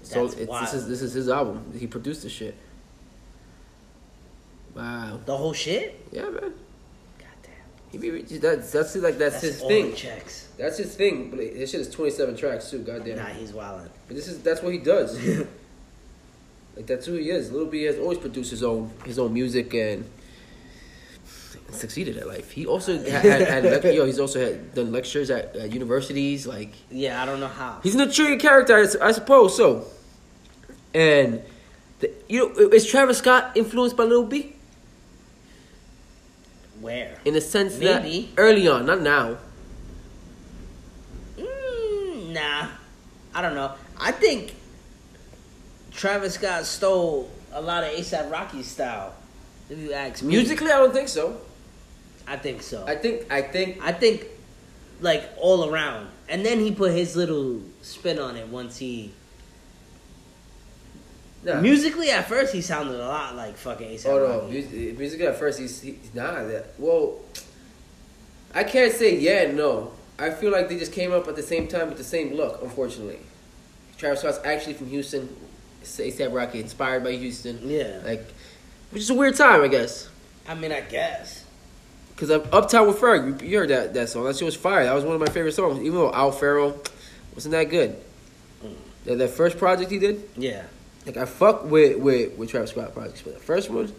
[SPEAKER 1] So
[SPEAKER 2] That's
[SPEAKER 1] it's,
[SPEAKER 2] wild.
[SPEAKER 1] this is this is his album. He produced this shit. Wow.
[SPEAKER 2] The whole shit?
[SPEAKER 1] Yeah, man.
[SPEAKER 2] Goddamn.
[SPEAKER 1] He be re- that's that's like that's,
[SPEAKER 2] That's
[SPEAKER 1] his
[SPEAKER 2] all
[SPEAKER 1] thing.
[SPEAKER 2] the checks.
[SPEAKER 1] That's his thing. But his shit is 27 tracks too. Goddamn.
[SPEAKER 2] Nah, he's wildin'.
[SPEAKER 1] But this is that's what he does. like that's who he is. Little B has always produced his own his own music and succeeded at life. He also had, had, had lec- yo. He's also had done lectures at, at universities. Like
[SPEAKER 2] Yeah, I don't know how.
[SPEAKER 1] he's an intriguing character, I s- I suppose. So, and the, you know, is Travis Scott influenced by Little B
[SPEAKER 2] Where?
[SPEAKER 1] in the sense
[SPEAKER 2] Maybe.
[SPEAKER 1] that early on, not now.
[SPEAKER 2] Mm, nah, I don't know. I think Travis Scott stole a lot of ASAP Rocky style. If you ask me,
[SPEAKER 1] Musically, I don't think so.
[SPEAKER 2] I think so.
[SPEAKER 1] I think I think
[SPEAKER 2] I think like all around. And then he put his little spin on it once he
[SPEAKER 1] nah.
[SPEAKER 2] musically at first he sounded a lot like fucking ASAP
[SPEAKER 1] Oh no,
[SPEAKER 2] Rocky.
[SPEAKER 1] music, music at first he's, he's not that. Well, I can't say yeah and no. I feel like they just came up at the same time with the same look. Unfortunately, Travis Scott's actually from Houston. ASAP Rocky, inspired by Houston.
[SPEAKER 2] Yeah.
[SPEAKER 1] Like, which is a weird time, I guess.
[SPEAKER 2] I mean, I guess.
[SPEAKER 1] Cause I'm uptown with Ferg. You heard that that song. That shit was fire. That was one of my favorite songs. Even though Al Farrell wasn't that good. That, that first project he did,
[SPEAKER 2] Yeah.
[SPEAKER 1] like I fuck with with with Travis Scott projects, but the first one,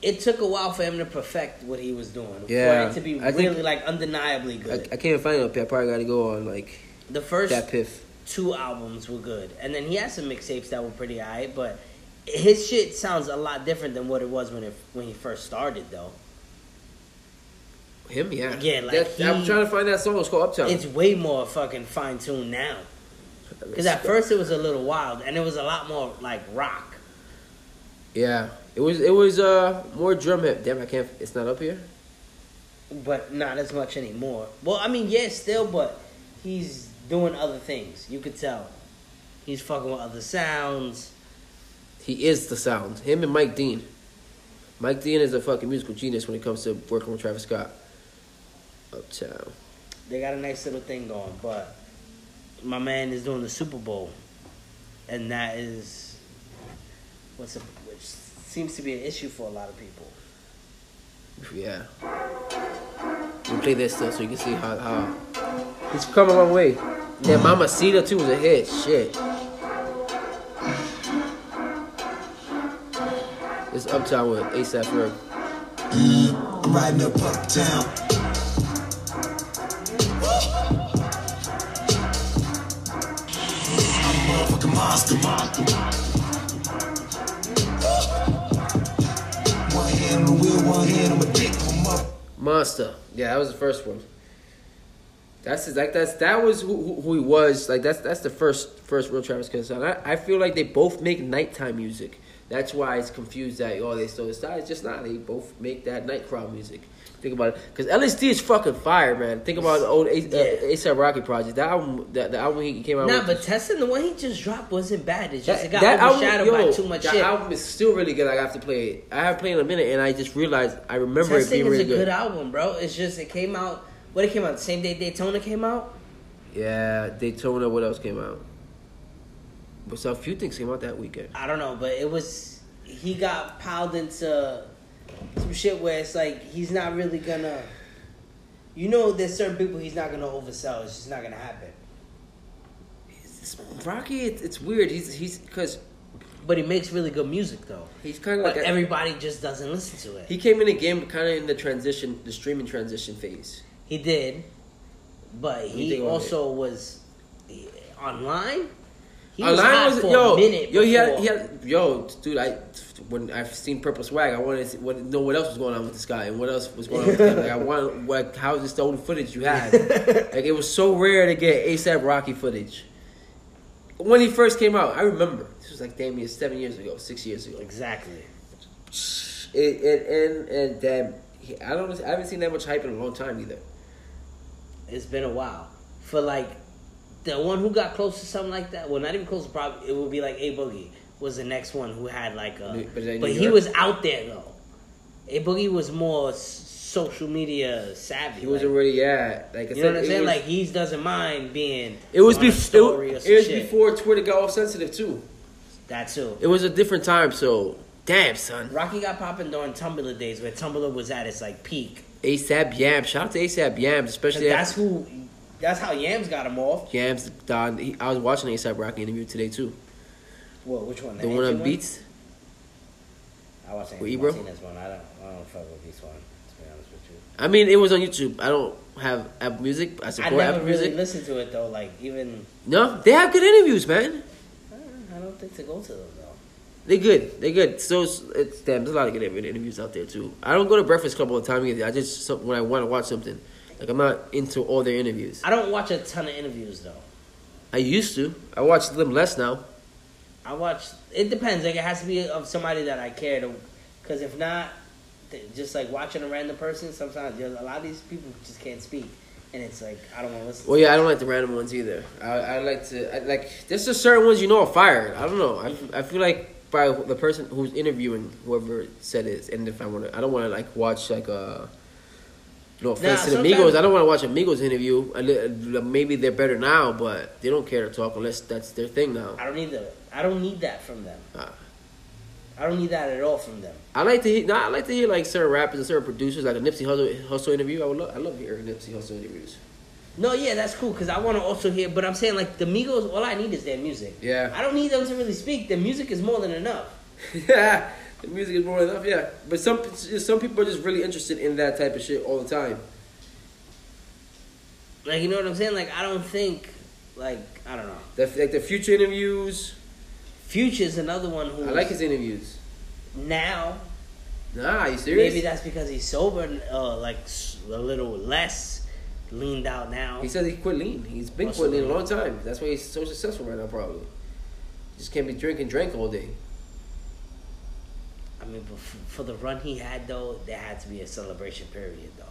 [SPEAKER 2] It took a while for him to perfect what he was doing.
[SPEAKER 1] Yeah.
[SPEAKER 2] For it to be
[SPEAKER 1] I think-
[SPEAKER 2] really, like, undeniably
[SPEAKER 1] I,
[SPEAKER 2] good.
[SPEAKER 1] I can't find it up here. I probably got to go on like
[SPEAKER 2] the first
[SPEAKER 1] that piff.
[SPEAKER 2] two albums were good. And then he had some mixtapes that were pretty alright, but his shit sounds a lot different than what it was when it, when he first started, though.
[SPEAKER 1] Him, yeah,
[SPEAKER 2] Yeah, like,
[SPEAKER 1] That- I'm
[SPEAKER 2] he-
[SPEAKER 1] trying to find that song. It's called Uptown.
[SPEAKER 2] It's way more fucking fine tuned now. Because at first it was a little wild, and it was a lot more like rock.
[SPEAKER 1] yeah, it was it was uh more drum hip. Damn, I can't. It's not up here.
[SPEAKER 2] but not as much anymore. Well, I mean, yeah, still, but he's doing other things. You could tell he's fucking with other sounds.
[SPEAKER 1] He is the sound. Him and Mike Dean. Mike Dean is a fucking musical genius when it comes to working with Travis Scott. Uptown.
[SPEAKER 2] They got a nice little thing going, but my man is doing the Super Bowl, and that is what's a, which seems to be an issue for a lot of people.
[SPEAKER 1] Yeah. We play this stuff so you can see how how he's come a long way. Yeah, Mama Cita too was a hit. Shit. It's Uptown with ASAP Ferg.
[SPEAKER 5] I'm riding up uptown. I'm a motherfucking monster. monster, monster. One hand on the wheel, one hand on my dick. I'm up.
[SPEAKER 1] Monster. Yeah, that was the first one. That's his, like that's that was who, who- who he was. Like that's that's the first first real Travis Scott. sound. I, I feel like they both make nighttime music. That's why it's confused that oh they stole his style. It's just not. They both make that night crowd music. Think about it, because LSD is fucking fire, man. Think about the old A-
[SPEAKER 2] Yeah.
[SPEAKER 1] uh, ASAP Rocky project. That album, that the album he came out
[SPEAKER 2] Nah,
[SPEAKER 1] with.
[SPEAKER 2] but Tessin, the one he just dropped wasn't bad. It's just
[SPEAKER 1] That-
[SPEAKER 2] it got
[SPEAKER 1] that album-
[SPEAKER 2] overshadowed
[SPEAKER 1] yo,
[SPEAKER 2] by too much
[SPEAKER 1] that
[SPEAKER 2] shit.
[SPEAKER 1] album is still really good. Like, I have to play it. I haven't played in a minute, and I just realized I remember it
[SPEAKER 2] Testing
[SPEAKER 1] being
[SPEAKER 2] is
[SPEAKER 1] really
[SPEAKER 2] a good album, bro. It's just it came out. What it came out the same day Daytona came out.
[SPEAKER 1] Yeah, Daytona. What else came out? But so a few things came out that weekend.
[SPEAKER 2] I don't know, but it was he got piled into some shit where it's like he's not really gonna. You know, there's certain people he's not gonna oversell. It's just not gonna happen.
[SPEAKER 1] It's- Rocky, it's, it's weird. He's he's because
[SPEAKER 2] But he makes really good music though.
[SPEAKER 1] he's kind of
[SPEAKER 2] But
[SPEAKER 1] like a-
[SPEAKER 2] everybody just doesn't listen to it.
[SPEAKER 1] he came in the game kind of in the transition, the streaming transition phase.
[SPEAKER 2] He did, but
[SPEAKER 1] do you
[SPEAKER 2] he
[SPEAKER 1] think about
[SPEAKER 2] also was he- online. He
[SPEAKER 1] Align
[SPEAKER 2] hot
[SPEAKER 1] was-
[SPEAKER 2] for
[SPEAKER 1] yo
[SPEAKER 2] a minute.
[SPEAKER 1] yo he had,
[SPEAKER 2] before-
[SPEAKER 1] he had yo dude I when I've seen Purple Swag I wanted to see, what, know what else was going on with this guy and what else was going on with him. Like I wanted what how is this the only footage you had? like it was so rare to get ASAP Rocky footage. When he first came out, I remember this was like damn near seven years ago, six years ago.
[SPEAKER 2] exactly.
[SPEAKER 1] It, it, and and damn, he, I don't I haven't seen that much hype in a long time either.
[SPEAKER 2] It's been a while. For like the one who got close to something like that, well, not even close. Probably it would be like a boogie was the next one who had like a.
[SPEAKER 1] But
[SPEAKER 2] But,
[SPEAKER 1] is that New
[SPEAKER 2] he
[SPEAKER 1] York?
[SPEAKER 2] was out there though. A boogie was more s- social media savvy.
[SPEAKER 1] He was
[SPEAKER 2] like,
[SPEAKER 1] already yeah, like I
[SPEAKER 2] you
[SPEAKER 1] said,
[SPEAKER 2] know what I'm
[SPEAKER 1] it
[SPEAKER 2] saying?
[SPEAKER 1] was-
[SPEAKER 2] like he doesn't mind being.
[SPEAKER 1] it was
[SPEAKER 2] on a
[SPEAKER 1] before
[SPEAKER 2] story
[SPEAKER 1] it,
[SPEAKER 2] or
[SPEAKER 1] was-
[SPEAKER 2] some
[SPEAKER 1] it was
[SPEAKER 2] shit.
[SPEAKER 1] before Twitter got all sensitive too.
[SPEAKER 2] that too.
[SPEAKER 1] It was a different time, so damn son.
[SPEAKER 2] Rocky got popping during Tumblr days where Tumblr was at its like peak.
[SPEAKER 1] ASAP Yams. Shout out to ASAP Yams,
[SPEAKER 2] 'Cause
[SPEAKER 1] especially
[SPEAKER 2] That's
[SPEAKER 1] after
[SPEAKER 2] who. That's how Yams got him off.
[SPEAKER 1] Yams Don. He, I was watching ASAP Rocky interview today too.
[SPEAKER 2] What? Which one?
[SPEAKER 1] The one
[SPEAKER 2] Angie
[SPEAKER 1] on Beats.
[SPEAKER 2] I watched Anthony
[SPEAKER 1] With Ebro?
[SPEAKER 2] Martinez one. I don't. I don't fuck with this one. To be honest with you.
[SPEAKER 1] I mean, it was on YouTube. I don't have Apple Music. but I
[SPEAKER 2] I
[SPEAKER 1] support
[SPEAKER 2] never
[SPEAKER 1] Apple
[SPEAKER 2] really
[SPEAKER 1] Music.
[SPEAKER 2] listened to it though. Like even
[SPEAKER 1] No, they have good interviews, man.
[SPEAKER 2] I don't think to go to them though.
[SPEAKER 1] They good. They good. So it's, it's damn. There's a lot of good interviews out there too. I don't go to Breakfast Club all the time. either. I just some- when I want to watch something. Like I'm not into all their interviews.
[SPEAKER 2] I don't watch a ton of interviews though.
[SPEAKER 1] I used to. I watch them less now.
[SPEAKER 2] I watch. It depends. Like it has to be of somebody that I care to. Because if not, th- just like watching a random person, sometimes there's a lot of these people just can't speak, and it's like I don't want to listen.
[SPEAKER 1] Well, yeah, I don't like the random ones either. I, I like to I, like there's just certain ones you know are fired. I don't know. I, I feel like by the person who's interviewing whoever said it, and if I want to, I don't want to like watch like a uh, No offense to the
[SPEAKER 2] sometimes-
[SPEAKER 1] Migos. I don't want to watch a Migos interview. I li- Maybe they're better now, but they don't care to talk unless that's their thing now.
[SPEAKER 2] I don't need the. I don't need that from them.
[SPEAKER 1] Ah.
[SPEAKER 2] I don't need that at all from them.
[SPEAKER 1] I like to hear. Nah, I like to hear like certain rappers and certain producers, like a Nipsey Hussle, Hussle interview. I would love. I love hearing Nipsey Hussle interviews.
[SPEAKER 2] No, yeah, that's cool because I want to also hear. But I'm saying like the Migos, all I need is their music.
[SPEAKER 1] Yeah.
[SPEAKER 2] I don't need them to really speak. The music is more than enough.
[SPEAKER 1] yeah, the music is more than enough. Yeah, but some some people are just really interested in that type of shit all the time.
[SPEAKER 2] Like you know what I'm saying? Like I don't think. Like I don't know.
[SPEAKER 1] The, like the future interviews.
[SPEAKER 2] Future's another one who
[SPEAKER 1] I like his interviews.
[SPEAKER 2] now.
[SPEAKER 1] Nah, you serious?
[SPEAKER 2] Maybe that's because he's sober, and, uh, like s- a little less leaned out now.
[SPEAKER 1] He says he quit lean. He's been
[SPEAKER 2] Russell
[SPEAKER 1] quit lean a long
[SPEAKER 2] Wilson.
[SPEAKER 1] time. That's why he's so successful right now, probably. Just can't be drinking drink all day.
[SPEAKER 2] I mean, but f- for the run he had though, there had to be a celebration period though,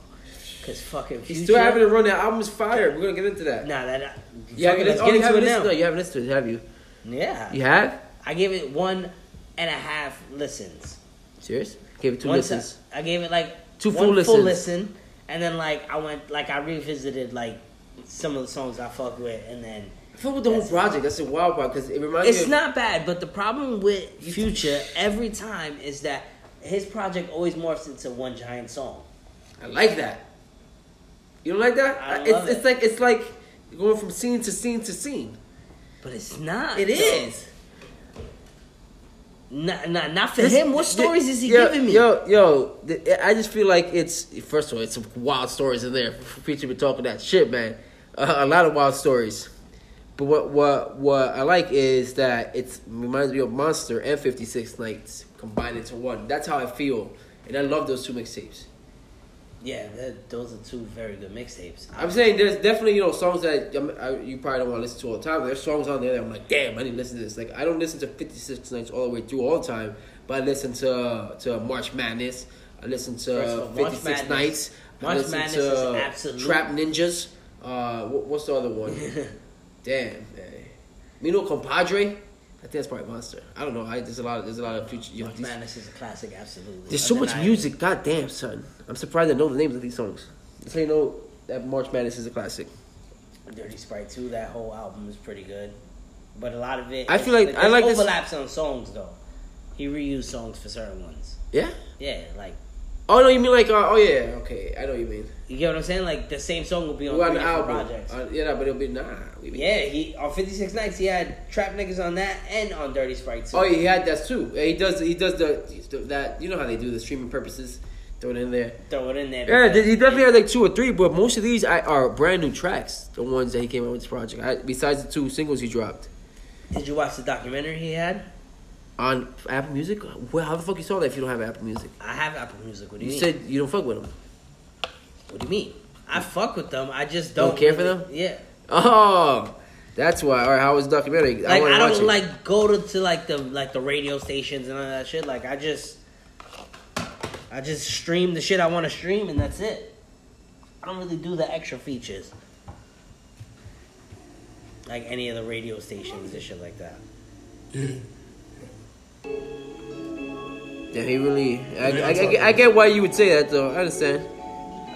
[SPEAKER 2] because fucking
[SPEAKER 1] He's
[SPEAKER 2] Future-
[SPEAKER 1] still having to run. That album's fire. We're gonna get into that.
[SPEAKER 2] Nah, that.
[SPEAKER 1] Yeah,
[SPEAKER 2] fucking,
[SPEAKER 1] let's
[SPEAKER 2] let's
[SPEAKER 1] oh,
[SPEAKER 2] get
[SPEAKER 1] you
[SPEAKER 2] into
[SPEAKER 1] haven't
[SPEAKER 2] it
[SPEAKER 1] listened.
[SPEAKER 2] now.
[SPEAKER 1] No, you haven't listened. to it, Have you?
[SPEAKER 2] Yeah.
[SPEAKER 1] You have?
[SPEAKER 2] I gave it one and a half listens.
[SPEAKER 1] Serious? Gave it two
[SPEAKER 2] Once
[SPEAKER 1] listens.
[SPEAKER 2] I, I gave it like
[SPEAKER 1] Two
[SPEAKER 2] one
[SPEAKER 1] full listens.
[SPEAKER 2] full listen, and then like I went like I revisited like some of the songs I fuck with, and then
[SPEAKER 1] I fuck with the whole
[SPEAKER 2] That's-
[SPEAKER 1] project. That's a wild part because it reminds me.
[SPEAKER 2] it's
[SPEAKER 1] of-
[SPEAKER 2] not bad. But the problem with Future every time is that his project always morphs into one giant song.
[SPEAKER 1] I like that. You don't like that?
[SPEAKER 2] I
[SPEAKER 1] it's,
[SPEAKER 2] love
[SPEAKER 1] it's
[SPEAKER 2] it.
[SPEAKER 1] like it's like going from scene to scene to scene.
[SPEAKER 2] But it's not.
[SPEAKER 1] It
[SPEAKER 2] though.
[SPEAKER 1] is.
[SPEAKER 2] Not, not, not for
[SPEAKER 1] This-
[SPEAKER 2] him. What
[SPEAKER 1] thi-
[SPEAKER 2] stories is he
[SPEAKER 1] yo,
[SPEAKER 2] giving me?
[SPEAKER 1] Yo, yo, th- I just feel like it's first of all, it's some wild stories in there. Feature been talking that shit, man. Uh, a lot of wild stories. But what what what I like is that it reminds me of Monster and Fifty Six Nights combined into one. That's how I feel, and I love those two mixtapes.
[SPEAKER 2] Yeah, that, those are two very good mixtapes.
[SPEAKER 1] I'm saying there's definitely you know songs that um, I, you probably don't want to listen to all the time. There's songs on there that I'm like, damn, I need to listen to this. Like I don't listen to 56 Nights all the way through all the time, but I listen to to March Madness. I listen
[SPEAKER 2] First of
[SPEAKER 1] to
[SPEAKER 2] all, March
[SPEAKER 1] 56
[SPEAKER 2] Madness-
[SPEAKER 1] Nights. I
[SPEAKER 2] March
[SPEAKER 1] listen
[SPEAKER 2] Madness
[SPEAKER 1] to
[SPEAKER 2] is absolute.
[SPEAKER 1] Trap Ninjas. Uh, what, what's the other one? damn, man. Mino Compadre. I think that's probably Monster. I don't know. I, there's a lot. Of, there's a lot of future. You know,
[SPEAKER 2] March
[SPEAKER 1] these-
[SPEAKER 2] Madness is a classic, absolutely.
[SPEAKER 1] there's so
[SPEAKER 2] And
[SPEAKER 1] much
[SPEAKER 2] then I-
[SPEAKER 1] music. Goddamn, son. I'm surprised I know the names of these songs. That's how you know that March Madness is a classic.
[SPEAKER 2] Dirty Sprite too. That whole album is pretty good, but a lot of it.
[SPEAKER 1] I
[SPEAKER 2] is-
[SPEAKER 1] feel like- I
[SPEAKER 2] there's
[SPEAKER 1] like this-
[SPEAKER 2] overlaps on songs though. He reused songs for certain ones.
[SPEAKER 1] Yeah.
[SPEAKER 2] Yeah, like
[SPEAKER 1] Oh no, you mean like uh, oh yeah, okay, I know what you mean.
[SPEAKER 2] you get what I'm saying. Like the same song will be on
[SPEAKER 1] We're on
[SPEAKER 2] three
[SPEAKER 1] the
[SPEAKER 2] different
[SPEAKER 1] album,
[SPEAKER 2] projects.
[SPEAKER 1] Uh, yeah, but it'll be nah. we be-
[SPEAKER 2] yeah, he on 56 Nights he had Trap Niggas on that and on Dirty Sprite too.
[SPEAKER 1] Oh, yeah, he had that too. Yeah, He does. He does the, the- that. You know how they do the streaming purposes. Throw it in there.
[SPEAKER 2] throw it in there.
[SPEAKER 1] Yeah,
[SPEAKER 2] because-
[SPEAKER 1] he definitely had like two or three, but most of these I, are brand new tracks. The ones that he came out with this project. I, besides the two singles he dropped
[SPEAKER 2] Did you watch the documentary he had?
[SPEAKER 1] on Apple Music. Well, how the fuck you saw that if you don't have Apple Music?
[SPEAKER 2] I have Apple Music. What do
[SPEAKER 1] You
[SPEAKER 2] you, mean?
[SPEAKER 1] said you don't fuck with him.
[SPEAKER 2] what do you mean? I fuck with them. I just
[SPEAKER 1] Don't
[SPEAKER 2] don't,
[SPEAKER 1] care for
[SPEAKER 2] really-
[SPEAKER 1] them?
[SPEAKER 2] Yeah.
[SPEAKER 1] Oh, that's why. All right, how was the documentary?
[SPEAKER 2] like
[SPEAKER 1] wanna
[SPEAKER 2] I
[SPEAKER 1] watch
[SPEAKER 2] don't
[SPEAKER 1] it.
[SPEAKER 2] like go to, to like the like the radio stations and all that shit. Like I just I just stream the shit I want to stream and that's it. I don't really do the extra features. Like any of the radio stations and shit like that.
[SPEAKER 1] Yeah, he really. I, I, I, get- I get why you would say that though. I understand.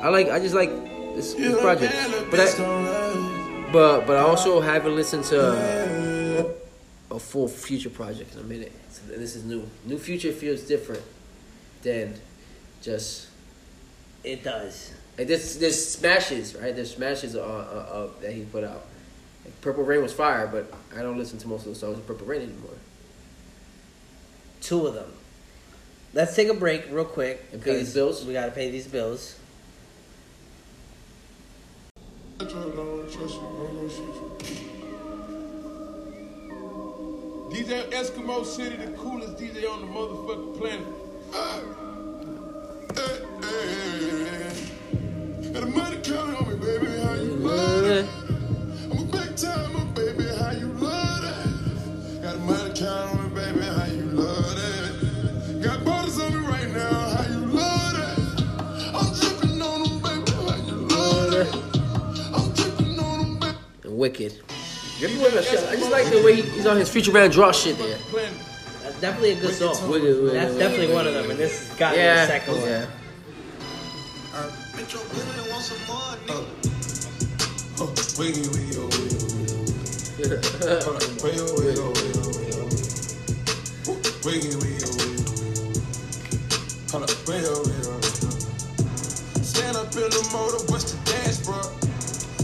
[SPEAKER 1] I like. I just like this, this project, but I, but but I also haven't listened to a full future project in a minute. So this is new. New future feels different than just
[SPEAKER 2] It does.
[SPEAKER 1] like this. This smashes right. There's smashes uh, uh, uh, that he put out. Like Purple Rain was fire, but I don't listen to most of the songs of Purple Rain anymore.
[SPEAKER 2] Two of them. Let's take a break real quick.
[SPEAKER 1] And pay these
[SPEAKER 2] 'cause
[SPEAKER 1] bills?
[SPEAKER 2] We gotta pay these bills.
[SPEAKER 9] I told her I don't trust you, I ain't gonna shoot you.
[SPEAKER 4] DJ Eskimo City, the coolest DJ on the motherfucking planet.
[SPEAKER 9] Hey, hey, hey, hey. Got the money counting on me, baby, how you love it? I'm a big timer, baby, how you love it? Got the money counting on me, baby, how you love it? Got borders on me right now, how you love it? I'm dripping on them, baby, how you love it? I'm dripping on them, baby.
[SPEAKER 1] And Wicked. Everyone else, I just like the way he, he's on his future band draw shit there.
[SPEAKER 2] That's definitely a good song.
[SPEAKER 1] Wicked, wicked,
[SPEAKER 2] That's
[SPEAKER 1] wicked.
[SPEAKER 2] definitely one of them, and this has got to be
[SPEAKER 1] Oh, Yeah.
[SPEAKER 2] the second one.
[SPEAKER 1] yeah.
[SPEAKER 5] Uh, Metro Boomin want some more, nigga.
[SPEAKER 9] Oh, wiggy, wiggy, oh, wiggy, wiggy, oh. Hold on. Wiggy, wiggy, oh, wiggy, oh, wiggy, oh. Woo. Wiggy, wiggy, oh, wiggy, oh, wiggy, oh. Hold on. Wiggy, oh, wiggy, oh, wiggy, oh. Stand up in the motor, what's the dance, bro?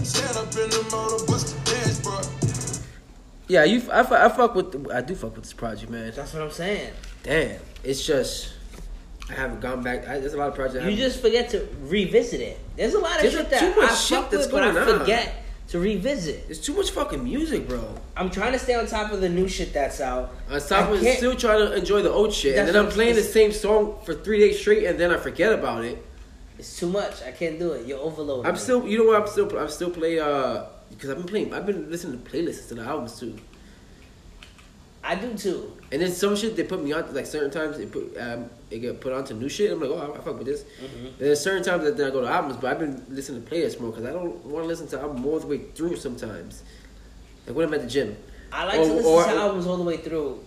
[SPEAKER 9] Stand up in the motor, what's the dance, bro?
[SPEAKER 1] Yeah, you. I, fu- I fuck with. I do fuck with this project, man.
[SPEAKER 2] That's what I'm saying.
[SPEAKER 1] Damn, it's just I haven't gone back. I, there's a lot of projects. I
[SPEAKER 2] You
[SPEAKER 1] haven't-
[SPEAKER 2] just forget to revisit it. There's a lot of
[SPEAKER 1] There's
[SPEAKER 2] shit
[SPEAKER 1] too
[SPEAKER 2] that
[SPEAKER 1] much
[SPEAKER 2] I
[SPEAKER 1] shit
[SPEAKER 2] fuck
[SPEAKER 1] that's
[SPEAKER 2] with, but I
[SPEAKER 1] going on.
[SPEAKER 2] forget to revisit.
[SPEAKER 1] It's too much fucking music, bro.
[SPEAKER 2] I'm trying to stay on top of the new shit that's out.
[SPEAKER 1] On top
[SPEAKER 2] I
[SPEAKER 1] of it,
[SPEAKER 2] can't-
[SPEAKER 1] still trying to enjoy the old shit, and
[SPEAKER 2] That's
[SPEAKER 1] then I'm
[SPEAKER 2] what-
[SPEAKER 1] playing the
[SPEAKER 2] it's-
[SPEAKER 1] same song for three days straight, and then I forget about it.
[SPEAKER 2] It's too much. I can't do it. You're overloaded.
[SPEAKER 1] I'm still, you know what? I'm still, I'm still play uh because I've been playing, I've been listening to playlists to the albums too,
[SPEAKER 2] I do too.
[SPEAKER 1] and then some shit they put me on like certain times it put um it get put onto new shit. I'm like, oh, I, I fuck with this.
[SPEAKER 2] Mm-hmm.
[SPEAKER 1] And there's certain times that then I go to albums, but I've been listening to playlists more because I don't want to listen to album all the way through sometimes. Like when I'm at the gym,
[SPEAKER 2] I like
[SPEAKER 1] Or-
[SPEAKER 2] to listen
[SPEAKER 1] Oh, or-
[SPEAKER 2] to albums all the way through.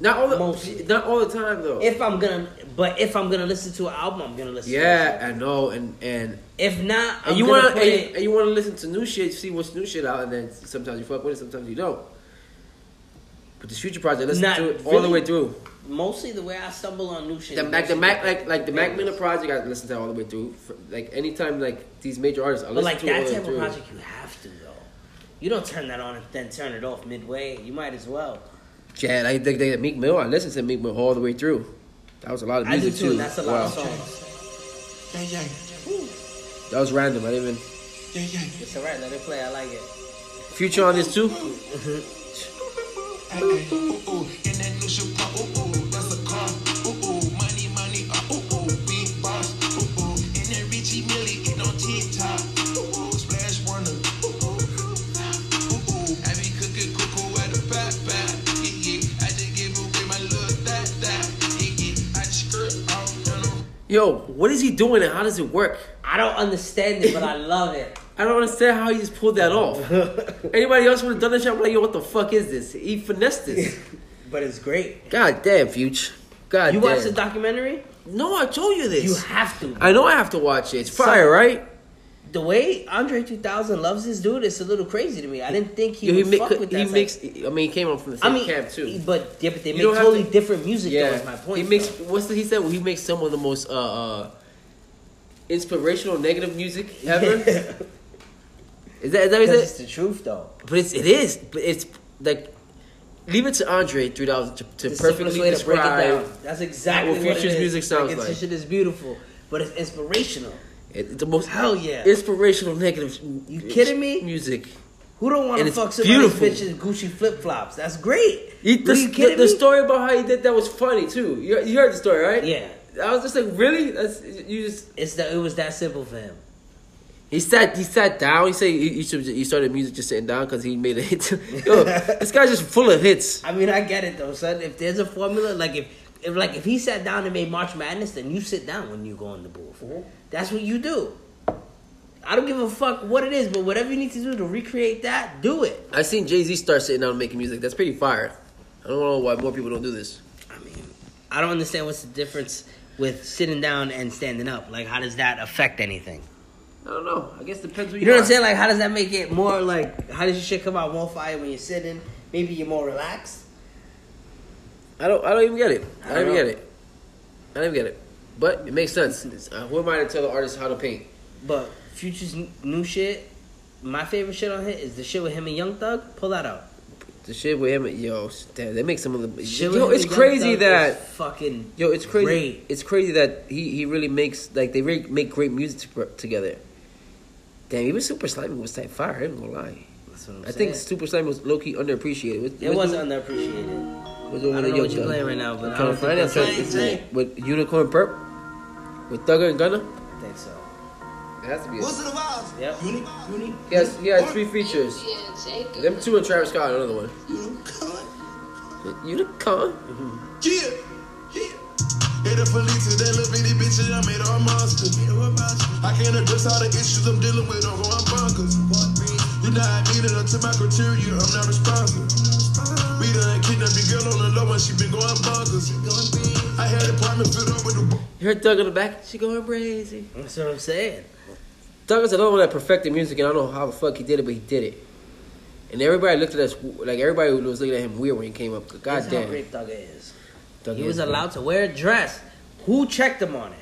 [SPEAKER 1] not all the
[SPEAKER 2] Mostly.
[SPEAKER 1] not all the time though.
[SPEAKER 2] If I'm gonna, but if I'm gonna listen to an album, I'm gonna listen.
[SPEAKER 1] yeah,
[SPEAKER 2] To it.
[SPEAKER 1] I know, and and
[SPEAKER 2] If not, I'm
[SPEAKER 1] and you
[SPEAKER 2] gonna
[SPEAKER 1] want to
[SPEAKER 2] put
[SPEAKER 1] and,
[SPEAKER 2] it.
[SPEAKER 1] and you want to listen to new shit, see what's new shit out, and then sometimes you fuck with it, sometimes you don't. But this future project, listen
[SPEAKER 2] Not
[SPEAKER 1] to it all the
[SPEAKER 2] really.
[SPEAKER 1] way through.
[SPEAKER 2] Mostly the way I stumble on new shit.
[SPEAKER 1] The
[SPEAKER 2] is
[SPEAKER 1] Mac, the
[SPEAKER 2] mostly
[SPEAKER 1] Mac, like
[SPEAKER 2] different.
[SPEAKER 1] like the Mac Miller project, I listen to all the way through. For, like anytime, like these major artists, I
[SPEAKER 2] But
[SPEAKER 1] listen
[SPEAKER 2] like
[SPEAKER 1] to all
[SPEAKER 2] that
[SPEAKER 1] the
[SPEAKER 2] type
[SPEAKER 1] way
[SPEAKER 2] of
[SPEAKER 1] through.
[SPEAKER 2] project, you have to though. You don't turn that on and then turn it off midway. You might as well.
[SPEAKER 1] Yeah, like the, the Meek Mill, I listened to Meek Mill all the way through. That was a lot of
[SPEAKER 2] I do
[SPEAKER 1] music
[SPEAKER 2] too.
[SPEAKER 1] too.
[SPEAKER 2] and That's a lot
[SPEAKER 1] wow.
[SPEAKER 2] of songs.
[SPEAKER 9] Yeah, yeah,
[SPEAKER 1] That was random. I didn't even
[SPEAKER 9] yeah, yeah.
[SPEAKER 2] It's alright. Let it play. I like it.
[SPEAKER 1] Future on this too.
[SPEAKER 9] Ay, ay, ooh, ooh, and that new shit, uh, ooh, ooh, that's a car. Ooh, ooh, money, money, uh, ooh, ooh, big boss. Ooh, ooh, and that Richie Millie, it on TikTok. Ooh, ooh, Splash Warner. Ooh, ooh, ooh, ooh, I be cooking cuckoo at the back, back. Yeah, yeah, I just gave away my little that, that. Yeah, yeah, I just skirt off and I'm
[SPEAKER 1] Yo, what is he doing and how does it work?
[SPEAKER 2] I don't understand it, but I love it.
[SPEAKER 1] I don't understand how he just pulled that off. Anybody else would have done that shit? I'm like, yo, what the fuck is this? He finessed this.
[SPEAKER 2] But it's great.
[SPEAKER 1] God damn, Future. God
[SPEAKER 2] You
[SPEAKER 1] damn.
[SPEAKER 2] watched the documentary?
[SPEAKER 1] no, I told you this.
[SPEAKER 2] You have to.
[SPEAKER 1] I know I have to watch it. It's fire,
[SPEAKER 2] So-
[SPEAKER 1] right?
[SPEAKER 2] the way Andre 2000 loves this dude, it's a little crazy to me. I didn't think he
[SPEAKER 1] Yo,
[SPEAKER 2] would
[SPEAKER 1] mi-
[SPEAKER 2] fuck with that.
[SPEAKER 1] he
[SPEAKER 2] type.
[SPEAKER 1] makes. I mean, he came up from the
[SPEAKER 2] I
[SPEAKER 1] same
[SPEAKER 2] mean,
[SPEAKER 1] camp too.
[SPEAKER 2] but yeah, but they
[SPEAKER 1] You
[SPEAKER 2] make
[SPEAKER 1] don't have
[SPEAKER 2] totally
[SPEAKER 1] to-
[SPEAKER 2] different music. Yeah, though,
[SPEAKER 1] Yeah,
[SPEAKER 2] is my point.
[SPEAKER 1] he makes.
[SPEAKER 2] though.
[SPEAKER 1] What's the, he said? He makes some of the most uh, uh inspirational negative music ever. is that is that what he
[SPEAKER 2] Because
[SPEAKER 1] said?
[SPEAKER 2] it's the truth, though.
[SPEAKER 1] But it's it is. But it's like leave it to Andre three thousand to, to
[SPEAKER 2] The simplest
[SPEAKER 1] perfectly
[SPEAKER 2] way to break it
[SPEAKER 1] describe.
[SPEAKER 2] down. That's exactly
[SPEAKER 1] what
[SPEAKER 2] what
[SPEAKER 1] Future's
[SPEAKER 2] it is.
[SPEAKER 1] music sounds
[SPEAKER 2] it's-
[SPEAKER 1] like.
[SPEAKER 2] This shit is beautiful, but it's inspirational.
[SPEAKER 1] It, the most
[SPEAKER 2] Hell yeah.
[SPEAKER 1] inspirational negative.
[SPEAKER 2] You kidding me?
[SPEAKER 1] Music.
[SPEAKER 2] Who don't want
[SPEAKER 1] And
[SPEAKER 2] to
[SPEAKER 1] it's
[SPEAKER 2] fuck somebody's
[SPEAKER 1] beautiful.
[SPEAKER 2] bitch in Gucci flip flops? That's great.
[SPEAKER 1] He,
[SPEAKER 2] Are
[SPEAKER 1] the,
[SPEAKER 2] you
[SPEAKER 1] the-
[SPEAKER 2] kidding
[SPEAKER 1] the
[SPEAKER 2] me?
[SPEAKER 1] story about how he did that was funny too. You, you heard the story, right?
[SPEAKER 2] Yeah,
[SPEAKER 1] I was just like, really? That's you just.
[SPEAKER 2] it's that. It was that simple for him.
[SPEAKER 1] He sat. He sat down. He said he, he, should, he started music just sitting down because he made a hit. Yo, this guy's just full of hits.
[SPEAKER 2] I mean, I get it though, son. If there's a formula, like if, if like if he sat down and made March Madness, then you sit down when you go on the booth. That's what you do. I don't give a fuck what it is, but whatever you need to do to recreate that, do it.
[SPEAKER 1] I seen Jay Z start sitting down and making music. That's pretty fire. I don't know why more people don't do this.
[SPEAKER 2] I mean, I don't understand what's the difference with sitting down and standing up. Like, how does that affect anything?
[SPEAKER 1] I don't know. I guess it depends. Who
[SPEAKER 2] You know what I'm saying? Like, how does that make it more like? How does your shit come out more fire when you're sitting? Maybe you're more relaxed.
[SPEAKER 1] I don't. I don't even get it. I don't,
[SPEAKER 2] I don't
[SPEAKER 1] even
[SPEAKER 2] know.
[SPEAKER 1] get it. I don't even get it. But it makes sense. It's- uh, who am I to tell the artist how to paint?
[SPEAKER 2] But Future's n- new shit, my favorite shit on here is the shit with him and Young Thug. Pull that out.
[SPEAKER 1] The shit with him, yo, damn, they make some of the.
[SPEAKER 2] Shit
[SPEAKER 1] yo,
[SPEAKER 2] with
[SPEAKER 1] it's
[SPEAKER 2] Young
[SPEAKER 1] crazy
[SPEAKER 2] Thug
[SPEAKER 1] that.
[SPEAKER 2] is fucking
[SPEAKER 1] Yo, it's crazy.
[SPEAKER 2] Great.
[SPEAKER 1] It's crazy that he, he really makes like they really make great music to- together. Damn, even Super Slimy was type fire. I ain't gonna lie.
[SPEAKER 2] That's what I'm
[SPEAKER 1] I think
[SPEAKER 2] saying.
[SPEAKER 1] Super Slimy was low key underappreciated. What-
[SPEAKER 2] it
[SPEAKER 1] what
[SPEAKER 2] was
[SPEAKER 1] do-
[SPEAKER 2] underappreciated.
[SPEAKER 1] what do
[SPEAKER 2] I
[SPEAKER 1] with
[SPEAKER 2] don't
[SPEAKER 1] the
[SPEAKER 2] know what
[SPEAKER 1] Young
[SPEAKER 2] you're
[SPEAKER 1] Thug?
[SPEAKER 2] playing right now, but I
[SPEAKER 1] Trying to
[SPEAKER 2] don't
[SPEAKER 1] find
[SPEAKER 2] think
[SPEAKER 1] out
[SPEAKER 2] that's
[SPEAKER 1] something.
[SPEAKER 2] what it
[SPEAKER 1] with Unicorn Perp, with Thugger and Gunna.
[SPEAKER 2] is. I think so.
[SPEAKER 1] It has to be.
[SPEAKER 5] What's it about?
[SPEAKER 2] Yep.
[SPEAKER 5] Uni, uni,
[SPEAKER 1] He has he has three features. Them two and Travis Scott, another one.
[SPEAKER 5] uni, cunt.
[SPEAKER 1] Unicorn.
[SPEAKER 9] Yeah, yeah. Yeah, the police is that little bitty bitch and I made her a monster. I can't address all the issues I'm dealing with over my bunkers. You not admitted unto my criteria, I'm not responsible. We done kidnapped your girl on the low and she been going bonkers. I had an apartment filled up with the
[SPEAKER 1] You heard Doug in the back. She going crazy.
[SPEAKER 2] That's what I'm saying.
[SPEAKER 1] Doug is another one that perfected music, and I don't know how the fuck he did it, but he did it. And everybody looked at us like everybody was looking at him weird when he came up. God
[SPEAKER 2] That's how
[SPEAKER 1] damn,
[SPEAKER 2] great Thugger is.
[SPEAKER 1] Doug
[SPEAKER 2] He was allowed to wear a dress. Who checked him on it?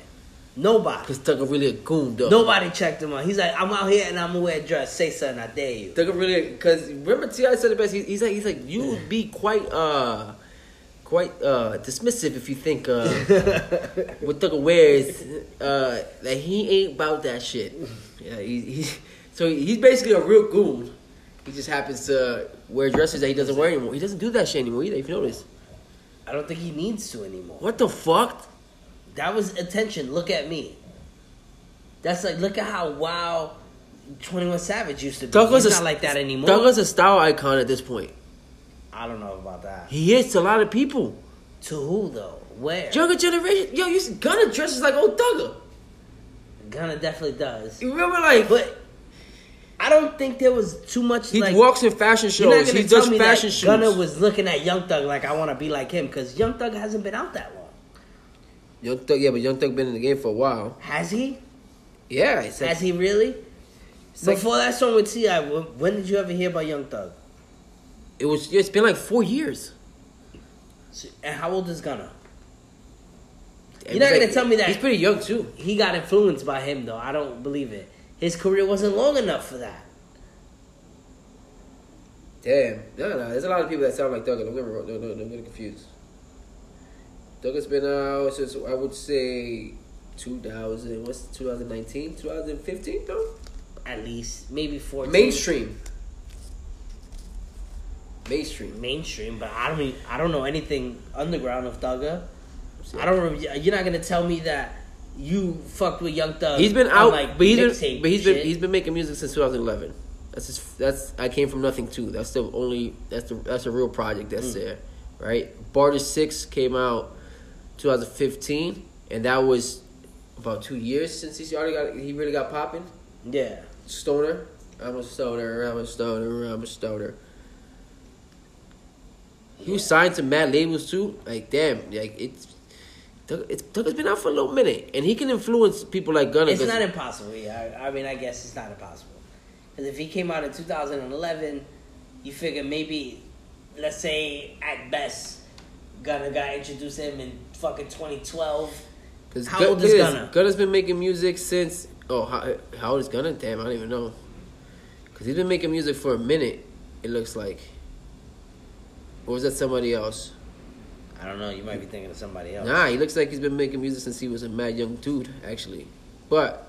[SPEAKER 2] Nobody.
[SPEAKER 1] because Thugger really a goon, though.
[SPEAKER 2] Nobody checked him on. He's like, I'm out here and I'm gonna wear a dress. Say something, I dare you.
[SPEAKER 1] Thugger really because remember Ti said the best. He, he's like he's like you would be quite uh quite uh dismissive if you think uh what Thugger wears uh that he ain't about that shit. Yeah, he, he so he's basically a real goon. He just happens to wear dresses that he doesn't wear anymore. He doesn't do that shit anymore either. If you notice,
[SPEAKER 2] I don't think he needs to anymore.
[SPEAKER 1] what the fuck?
[SPEAKER 2] That was attention. Look at me. That's like look at how wow Twenty One Savage used to be.
[SPEAKER 1] Thugger's
[SPEAKER 2] He's
[SPEAKER 1] a-
[SPEAKER 2] not like that anymore.
[SPEAKER 1] Thugger's a style icon at this point.
[SPEAKER 2] I don't know about that.
[SPEAKER 1] He hits a lot of people.
[SPEAKER 2] To who though? Where?
[SPEAKER 1] Younger generation, yo, you see Gunna dresses like old Thugger.
[SPEAKER 2] Gunna definitely does.
[SPEAKER 1] You remember like
[SPEAKER 2] But I don't think there was too much.
[SPEAKER 1] He
[SPEAKER 2] like,
[SPEAKER 1] walks in fashion
[SPEAKER 2] you're not
[SPEAKER 1] shows.
[SPEAKER 2] gonna
[SPEAKER 1] He does
[SPEAKER 2] tell me
[SPEAKER 1] fashion
[SPEAKER 2] that
[SPEAKER 1] shows.
[SPEAKER 2] Gunna was looking at Young Thug like I want to be like him because Young Thug hasn't been out that long,
[SPEAKER 1] Young Thug, yeah, but Young Thug been in the game for a while.
[SPEAKER 2] has he?
[SPEAKER 1] Yeah, it's like,
[SPEAKER 2] has he really?
[SPEAKER 1] like-
[SPEAKER 2] Before that song with Ti, wh- when did you ever hear about Young Thug?
[SPEAKER 1] it was. It's been like four years.
[SPEAKER 2] And how old is Gunna?
[SPEAKER 1] It's
[SPEAKER 2] not gonna
[SPEAKER 1] like-
[SPEAKER 2] tell me that.
[SPEAKER 1] he's pretty young too.
[SPEAKER 2] He got influenced by him though. I don't believe it. His career wasn't long enough for that.
[SPEAKER 1] Damn, no, no. There's a lot of people that sound like Thugger. Don't get me wrong. No, no, no. I'm getting confused. Thugger's been out since I would say 2000. What's 2019? 2015 though.
[SPEAKER 2] At least maybe fourteen.
[SPEAKER 1] Mainstream. Mainstream.
[SPEAKER 2] mainstream, but I don't. Even, I don't know anything underground of Thugger. I don't. Remember, you're not gonna tell me that you fucked with Young Thug.
[SPEAKER 1] He's been
[SPEAKER 2] on,
[SPEAKER 1] out,
[SPEAKER 2] like,
[SPEAKER 1] but he's
[SPEAKER 2] mixtape
[SPEAKER 1] been, but he's been,
[SPEAKER 2] shit.
[SPEAKER 1] he's been making music since 2011. That's his, that's I came from nothing too. That's the only that's the that's a real project that's
[SPEAKER 2] Mm.
[SPEAKER 1] there, right? Barter Six came out 2015, and that was about two years since he already got he really got popping.
[SPEAKER 2] yeah.
[SPEAKER 1] Stoner, I'm a stoner, I'm a stoner, I'm a stoner. He was signed to mad labels too. Like damn, like it's. Doug, it's, Doug has been out for a little minute, and he can influence people like Gunna.
[SPEAKER 2] It's
[SPEAKER 1] 'cause-
[SPEAKER 2] not impossible. Yeah, I, I mean, I guess it's not impossible. Because if he came out in 2011, you figure maybe, let's say at best, Gunna got introduced to him in fucking 2012.
[SPEAKER 1] Cause
[SPEAKER 2] How
[SPEAKER 1] Gun-
[SPEAKER 2] old is
[SPEAKER 1] look at this.
[SPEAKER 2] Gunna?
[SPEAKER 1] Gunna's been making music since. Oh, how, how old is Gunna? Damn, I don't even know. Cause he's been making music for a minute. It looks like. Or was that somebody else?
[SPEAKER 2] I don't know. You might be thinking of somebody else.
[SPEAKER 1] Nah, he looks like he's been making music since he was a mad young dude, actually. But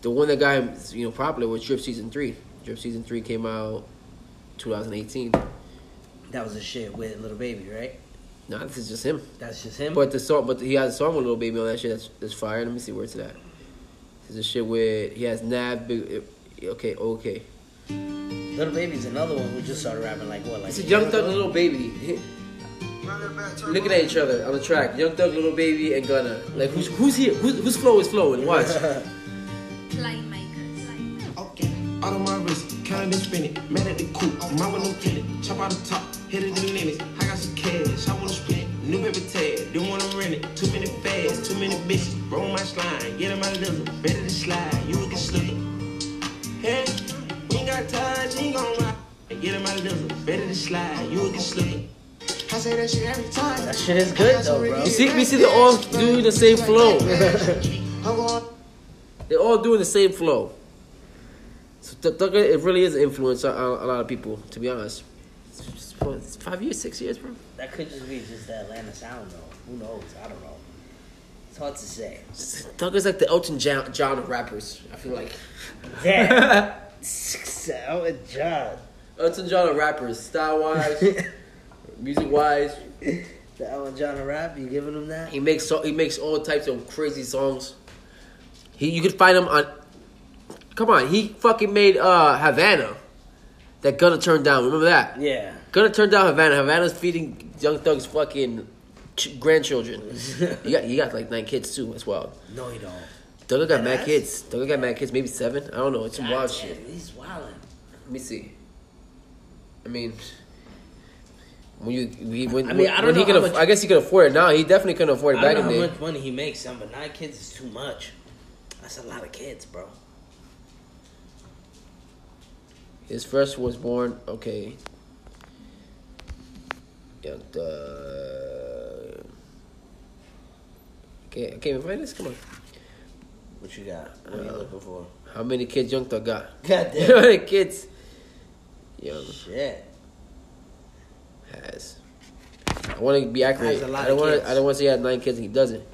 [SPEAKER 1] the one that got him, you know, popular was Drip Season Three. Drip Season Three came out 2018.
[SPEAKER 2] That was a shit with Little Baby, right?
[SPEAKER 1] Nah, this is just him.
[SPEAKER 2] That's just him.
[SPEAKER 1] But the song, but he has a song with Lil Baby on that shit. That's, that's fire. Let me see where it's at. This is shit with he has Nav. Big, eh, okay, okay.
[SPEAKER 2] Little Baby's another one who just started rapping like what, like
[SPEAKER 1] It's a
[SPEAKER 2] a
[SPEAKER 1] Young
[SPEAKER 2] year
[SPEAKER 1] Thug
[SPEAKER 2] ago?
[SPEAKER 1] and Lil Baby looking at each other on the track. Young Thug, Lil Baby, and Gunna. Like who's who's here? Who's, whose flow is flowing? Watch.
[SPEAKER 5] Playmakers. Okay. Out of my wrist, counted and spin it. Mad at the coop, mama no tenant. Chop out the top, hit it the limit. I got some cash, I wanna spend it. New baby tag, don't wanna rent it. Too many fads, too many bitches. Roll my slime, get in my lizard. Ready to slide, you can slip it. Hey, we ain't got time, she ain't gon' ride. Get in my lizard, ready to slide, you can slip it. I say that shit every time.
[SPEAKER 2] That shit is good though, bro.
[SPEAKER 1] You see, we see they all doing the same flow.
[SPEAKER 5] I'm on.
[SPEAKER 1] They're all doing the same flow. So Th- Thugger, it really is an influence on, on a lot of people. To be honest, It's- it's five years, six years, bro.
[SPEAKER 2] That could just be just the Atlanta sound though. Who knows? I don't know. It's hard to say.
[SPEAKER 1] Thugger's like the Elton John, John of rappers. I feel like.
[SPEAKER 2] Damn. Sour John.
[SPEAKER 1] Elton John of rappers, style wise, music wise.
[SPEAKER 2] The Ellen John a rap, you giving him that?
[SPEAKER 1] He makes so, he makes all types of crazy songs. He you could find him on. Come on, he fucking made uh Havana. That Gunna turned down. Remember that?
[SPEAKER 2] Yeah.
[SPEAKER 1] Gunna turned down Havana. Havana's feeding Young Thug's fucking ch- grandchildren. you got you got like nine kids too. That's wild.
[SPEAKER 2] No, he don't.
[SPEAKER 1] Thugger got mad
[SPEAKER 2] Badass.
[SPEAKER 1] kids. Thugger got mad kids. Maybe seven. I don't know. It's some wild shit.
[SPEAKER 2] He's wilding.
[SPEAKER 1] Let me see. I mean, When you, we, when,
[SPEAKER 2] I mean, I don't
[SPEAKER 1] when he
[SPEAKER 2] know
[SPEAKER 1] could
[SPEAKER 2] how
[SPEAKER 1] aff-
[SPEAKER 2] much-
[SPEAKER 1] I guess he could afford it now. He definitely couldn't afford it
[SPEAKER 2] I
[SPEAKER 1] back in
[SPEAKER 2] don't know
[SPEAKER 1] the
[SPEAKER 2] how
[SPEAKER 1] day.
[SPEAKER 2] much money he makes, son, but nine kids is too much. That's a lot of kids, bro.
[SPEAKER 1] His first was born. Okay. Young uh, Thug. Okay, I can't even find this. Come on. Uh,
[SPEAKER 2] What you got? What are you looking for?
[SPEAKER 1] How many kids Young Thug got?
[SPEAKER 2] God
[SPEAKER 1] How
[SPEAKER 2] damn.
[SPEAKER 1] many kids? Young
[SPEAKER 2] Shit.
[SPEAKER 1] has. I want to be accurate.
[SPEAKER 2] Has a lot
[SPEAKER 1] I don't
[SPEAKER 2] of
[SPEAKER 1] want.
[SPEAKER 2] kids.
[SPEAKER 1] I don't want to say he had nine kids and he doesn't.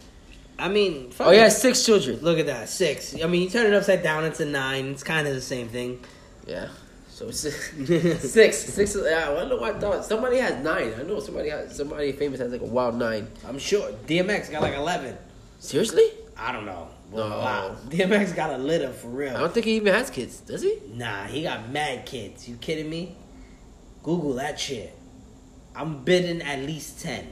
[SPEAKER 2] I mean, fuck
[SPEAKER 1] Oh, he
[SPEAKER 2] it.
[SPEAKER 1] has six children.
[SPEAKER 2] Look at that, six. I mean, you turn it upside down, it's a nine. It's kind of the same thing.
[SPEAKER 1] Yeah. So it's six, six. Yeah, I don't know why I thought somebody has nine. I know somebody has somebody famous has like a wild nine.
[SPEAKER 2] I'm sure DMX got like eleven.
[SPEAKER 1] Seriously?
[SPEAKER 2] I don't know.
[SPEAKER 1] No.
[SPEAKER 2] Wow. DMX got a litter for real.
[SPEAKER 1] I don't think he even has kids. Does he?
[SPEAKER 2] Nah, he got mad kids. You kidding me? Google that shit. I'm bidding at least ten.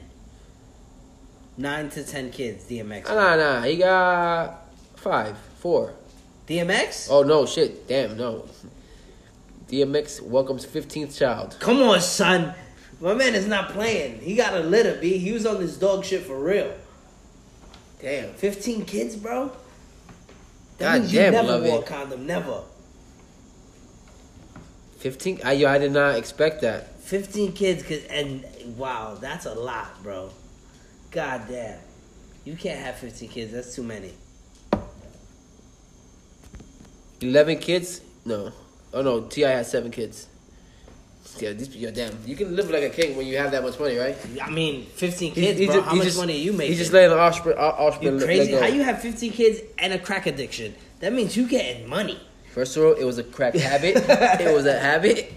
[SPEAKER 2] Nine to ten kids, DMX.
[SPEAKER 1] Nah, nah, nah. He got five, four.
[SPEAKER 2] DMX?
[SPEAKER 1] Oh no, shit. Damn, no. DMX welcomes fifteenth child.
[SPEAKER 2] Come on, son. My man is not playing. He got a litter, B. He was on this dog shit for real. Damn, 15 kids, bro? That
[SPEAKER 1] God
[SPEAKER 2] means
[SPEAKER 1] damn,
[SPEAKER 2] you never
[SPEAKER 1] Lovey.
[SPEAKER 2] wore a condom. Never.
[SPEAKER 1] Fifteen. I, Ah, yo, I did not expect that.
[SPEAKER 2] 15 kids, cause, and wow, that's a lot, bro. God damn. You can't have 15 kids. That's too many.
[SPEAKER 1] Eleven kids? No. Oh no, Ti had seven kids. Yeah, these. Yo, damn. You can live like a king when you have that much money, right?
[SPEAKER 2] I mean, 15
[SPEAKER 1] He-
[SPEAKER 2] kids,
[SPEAKER 1] he
[SPEAKER 2] bro.
[SPEAKER 1] ju-
[SPEAKER 2] How
[SPEAKER 1] he
[SPEAKER 2] much
[SPEAKER 1] just-
[SPEAKER 2] money are you making?
[SPEAKER 1] He just letting the offspring, off- offspring
[SPEAKER 2] you
[SPEAKER 1] let-
[SPEAKER 2] crazy?
[SPEAKER 1] let go.
[SPEAKER 2] How you have 15 kids and a crack addiction? That means you getting money.
[SPEAKER 1] First of all, it was a crack habit. it was a habit.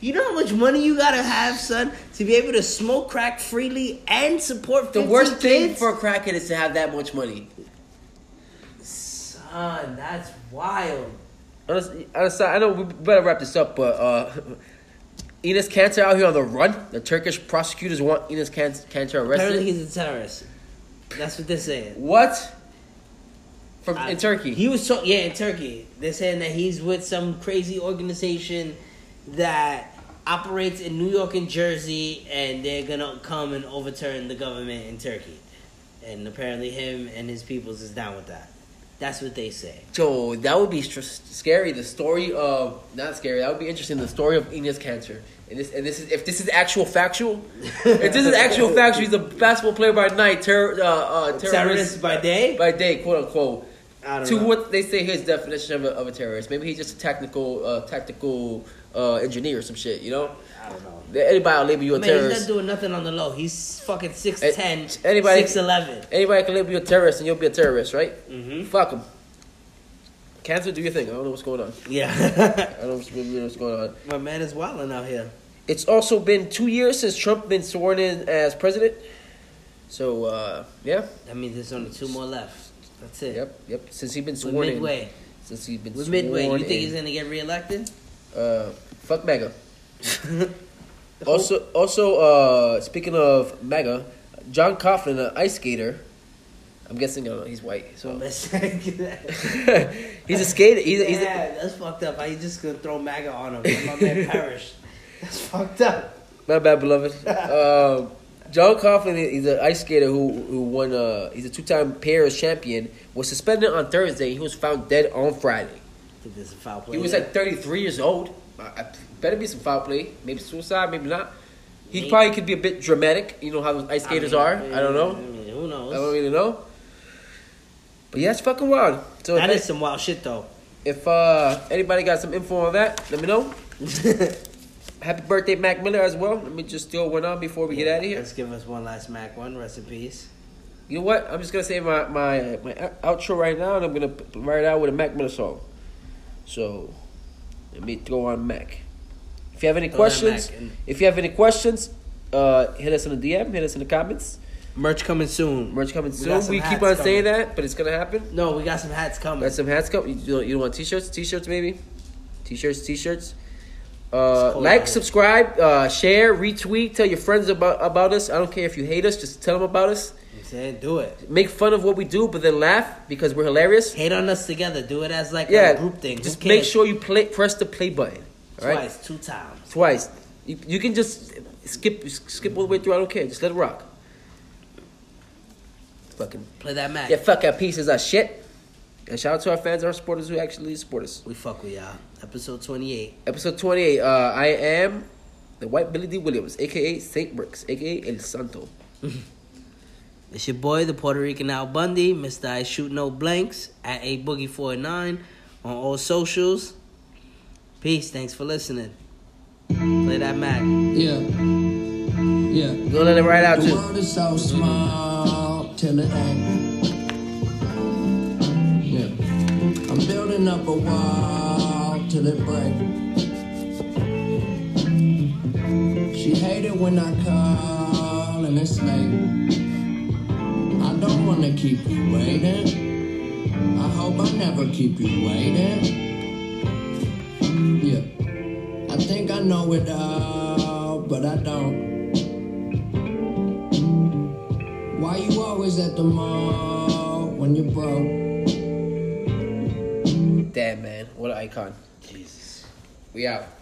[SPEAKER 2] You know how much money you gotta have, son, to be able to smoke crack freely and support
[SPEAKER 1] The
[SPEAKER 2] 15
[SPEAKER 1] worst thing
[SPEAKER 2] kids?
[SPEAKER 1] for a crackhead is to have that much money.
[SPEAKER 2] son. That's wild.
[SPEAKER 1] Honestly, honestly, I know we better wrap this up, but uh, Enos Cantor out here on the run. The Turkish prosecutors want Enos Can- Cantor
[SPEAKER 2] Apparently,
[SPEAKER 1] arrested.
[SPEAKER 2] he's a terrorist. That's what they're saying.
[SPEAKER 1] What? From
[SPEAKER 2] I-
[SPEAKER 1] in Turkey.
[SPEAKER 2] he was so yeah in Turkey. They're saying that he's with some crazy organization that operates in New York and Jersey, and they're gonna come and overturn the government in Turkey. And apparently, him and his peoples is down with that. That's what they say.
[SPEAKER 1] Yo, that would be str- scary. The story of not scary. That would be interesting. The story of Enos Cantor. And this, and this is if this is actual factual. if this is actual factual, he's a basketball player by night, terror, uh, uh, terrorist,
[SPEAKER 2] Terrorist by day?
[SPEAKER 1] by day, quote unquote.
[SPEAKER 2] I don't
[SPEAKER 1] To
[SPEAKER 2] know.
[SPEAKER 1] what they say his definition of a, of a terrorist. Maybe he's just a technical, uh, tactical uh, engineer or some shit. You know,
[SPEAKER 2] I don't know.
[SPEAKER 1] anybody will label you a
[SPEAKER 2] Man, he's
[SPEAKER 1] terrorist.
[SPEAKER 2] not doing nothing on the low. He's fucking 6'10,
[SPEAKER 1] Eh, anybody-
[SPEAKER 2] 6'11.
[SPEAKER 1] Anybody can label you a terrorist and you'll be a terrorist, right?
[SPEAKER 2] Mhm.
[SPEAKER 1] Fuck him. Cancer, do your thing. I don't know what's going on.
[SPEAKER 2] Yeah.
[SPEAKER 1] I don't know what's going on.
[SPEAKER 2] My man is wilding out here.
[SPEAKER 1] It's also been two years since Trump been sworn in as president. So uh, yeah,
[SPEAKER 2] That means there's only two more left. That's it.
[SPEAKER 1] yep, yep. Since he's been
[SPEAKER 2] We're
[SPEAKER 1] sworn in,
[SPEAKER 2] midway.
[SPEAKER 1] since he's been
[SPEAKER 2] We're
[SPEAKER 1] sworn
[SPEAKER 2] midway. You
[SPEAKER 1] in,
[SPEAKER 2] think he's gonna get reelected?
[SPEAKER 1] uh, fuck MAGA. also, also uh, speaking of MAGA, John Coughlin, an ice skater. I'm guessing uh, he's white. So
[SPEAKER 2] Let's- yeah,
[SPEAKER 1] he's a skater. He's, a- he's a,
[SPEAKER 2] that's fucked up. How you just gonna throw MAGA on him? My man perished. That's fucked up.
[SPEAKER 1] My bad, beloved. um, John Coughlin is an ice skater who who won. Uh, he's a two time Paris champion. Was suspended on Thursday. He was found dead on Friday.
[SPEAKER 2] I think there's a foul play.
[SPEAKER 1] He was
[SPEAKER 2] there.
[SPEAKER 1] like thirty three years old. I, I- better be some foul play. Maybe suicide. Maybe not. He probably could be a bit dramatic. You know how those ice
[SPEAKER 2] I
[SPEAKER 1] skaters
[SPEAKER 2] mean,
[SPEAKER 1] are.
[SPEAKER 2] mean,
[SPEAKER 1] I don't know.
[SPEAKER 2] mean, who knows?
[SPEAKER 1] I don't really know. But yeah, it's fucking wild. So
[SPEAKER 2] that
[SPEAKER 1] if,
[SPEAKER 2] is some wild shit though.
[SPEAKER 1] if uh, anybody got some info on that, let me know. Happy birthday, Mac Miller, as well. Let me just throw one on before we get out of here.
[SPEAKER 2] Let's give us one last Mac one. Rest in peace.
[SPEAKER 1] You know what? I'm just gonna say my my my outro right now, and I'm gonna p- write it out with a Mac Miller song. So let me throw on Mac. If you have any
[SPEAKER 2] Throw that
[SPEAKER 1] questions,
[SPEAKER 2] Mac in.
[SPEAKER 1] if you have any questions, uh, hit us in the DM, hit us in the comments.
[SPEAKER 2] Merch coming soon.
[SPEAKER 1] Merch coming
[SPEAKER 2] got
[SPEAKER 1] soon.
[SPEAKER 2] some
[SPEAKER 1] We keep
[SPEAKER 2] hats
[SPEAKER 1] on
[SPEAKER 2] coming.
[SPEAKER 1] saying that, but it's gonna happen.
[SPEAKER 2] No, we got some hats coming.
[SPEAKER 1] Got some hats coming. You don't, you don't want t-shirts? T-shirts maybe? T-shirts, t-shirts. Uh,
[SPEAKER 2] cold out
[SPEAKER 1] like,
[SPEAKER 2] here.
[SPEAKER 1] subscribe, uh, share, retweet, tell your friends about about us. I don't care if you hate us, just tell them about us.
[SPEAKER 2] I'm saying, do it.
[SPEAKER 1] Make fun of what we do, but then laugh because we're hilarious.
[SPEAKER 2] Hate on us together. Do it as like
[SPEAKER 1] yeah,
[SPEAKER 2] a group thing. Who
[SPEAKER 1] Just
[SPEAKER 2] cares?
[SPEAKER 1] make sure you play, press the play button. All right,
[SPEAKER 2] twice, two times.
[SPEAKER 1] twice. You, you can just Skip, skip all the way through. I don't care. Just let it rock. Fucking
[SPEAKER 2] Play that Mac.
[SPEAKER 1] yeah, fuck our pieces of shit. And shout out to our fans, our supporters who actually support us.
[SPEAKER 2] We fuck with y'all. Episode 28.
[SPEAKER 1] Episode 28. Uh, I am the White Billy D. Williams, aka Saint Bricks, aka El Santo.
[SPEAKER 2] It's your boy, the Puerto Rican Al Bundy, Mr. I Shoot No Blanks, at A Boogie 49 on all socials. Peace. Thanks for listening. Play that Mac.
[SPEAKER 9] Yeah. Yeah.
[SPEAKER 1] Gonna let it right out
[SPEAKER 9] The
[SPEAKER 1] too.
[SPEAKER 9] world is so small till it ain't. Yeah. I'm building up a wall till it breaks. She hated when I call and it's late. I don't wanna keep you waiting. I hope I never keep you waiting. Yeah. I think I know it all, but I don't. Why you always at the mall when you're broke?
[SPEAKER 1] Damn, man. What an icon.
[SPEAKER 2] Jesus.
[SPEAKER 1] We out.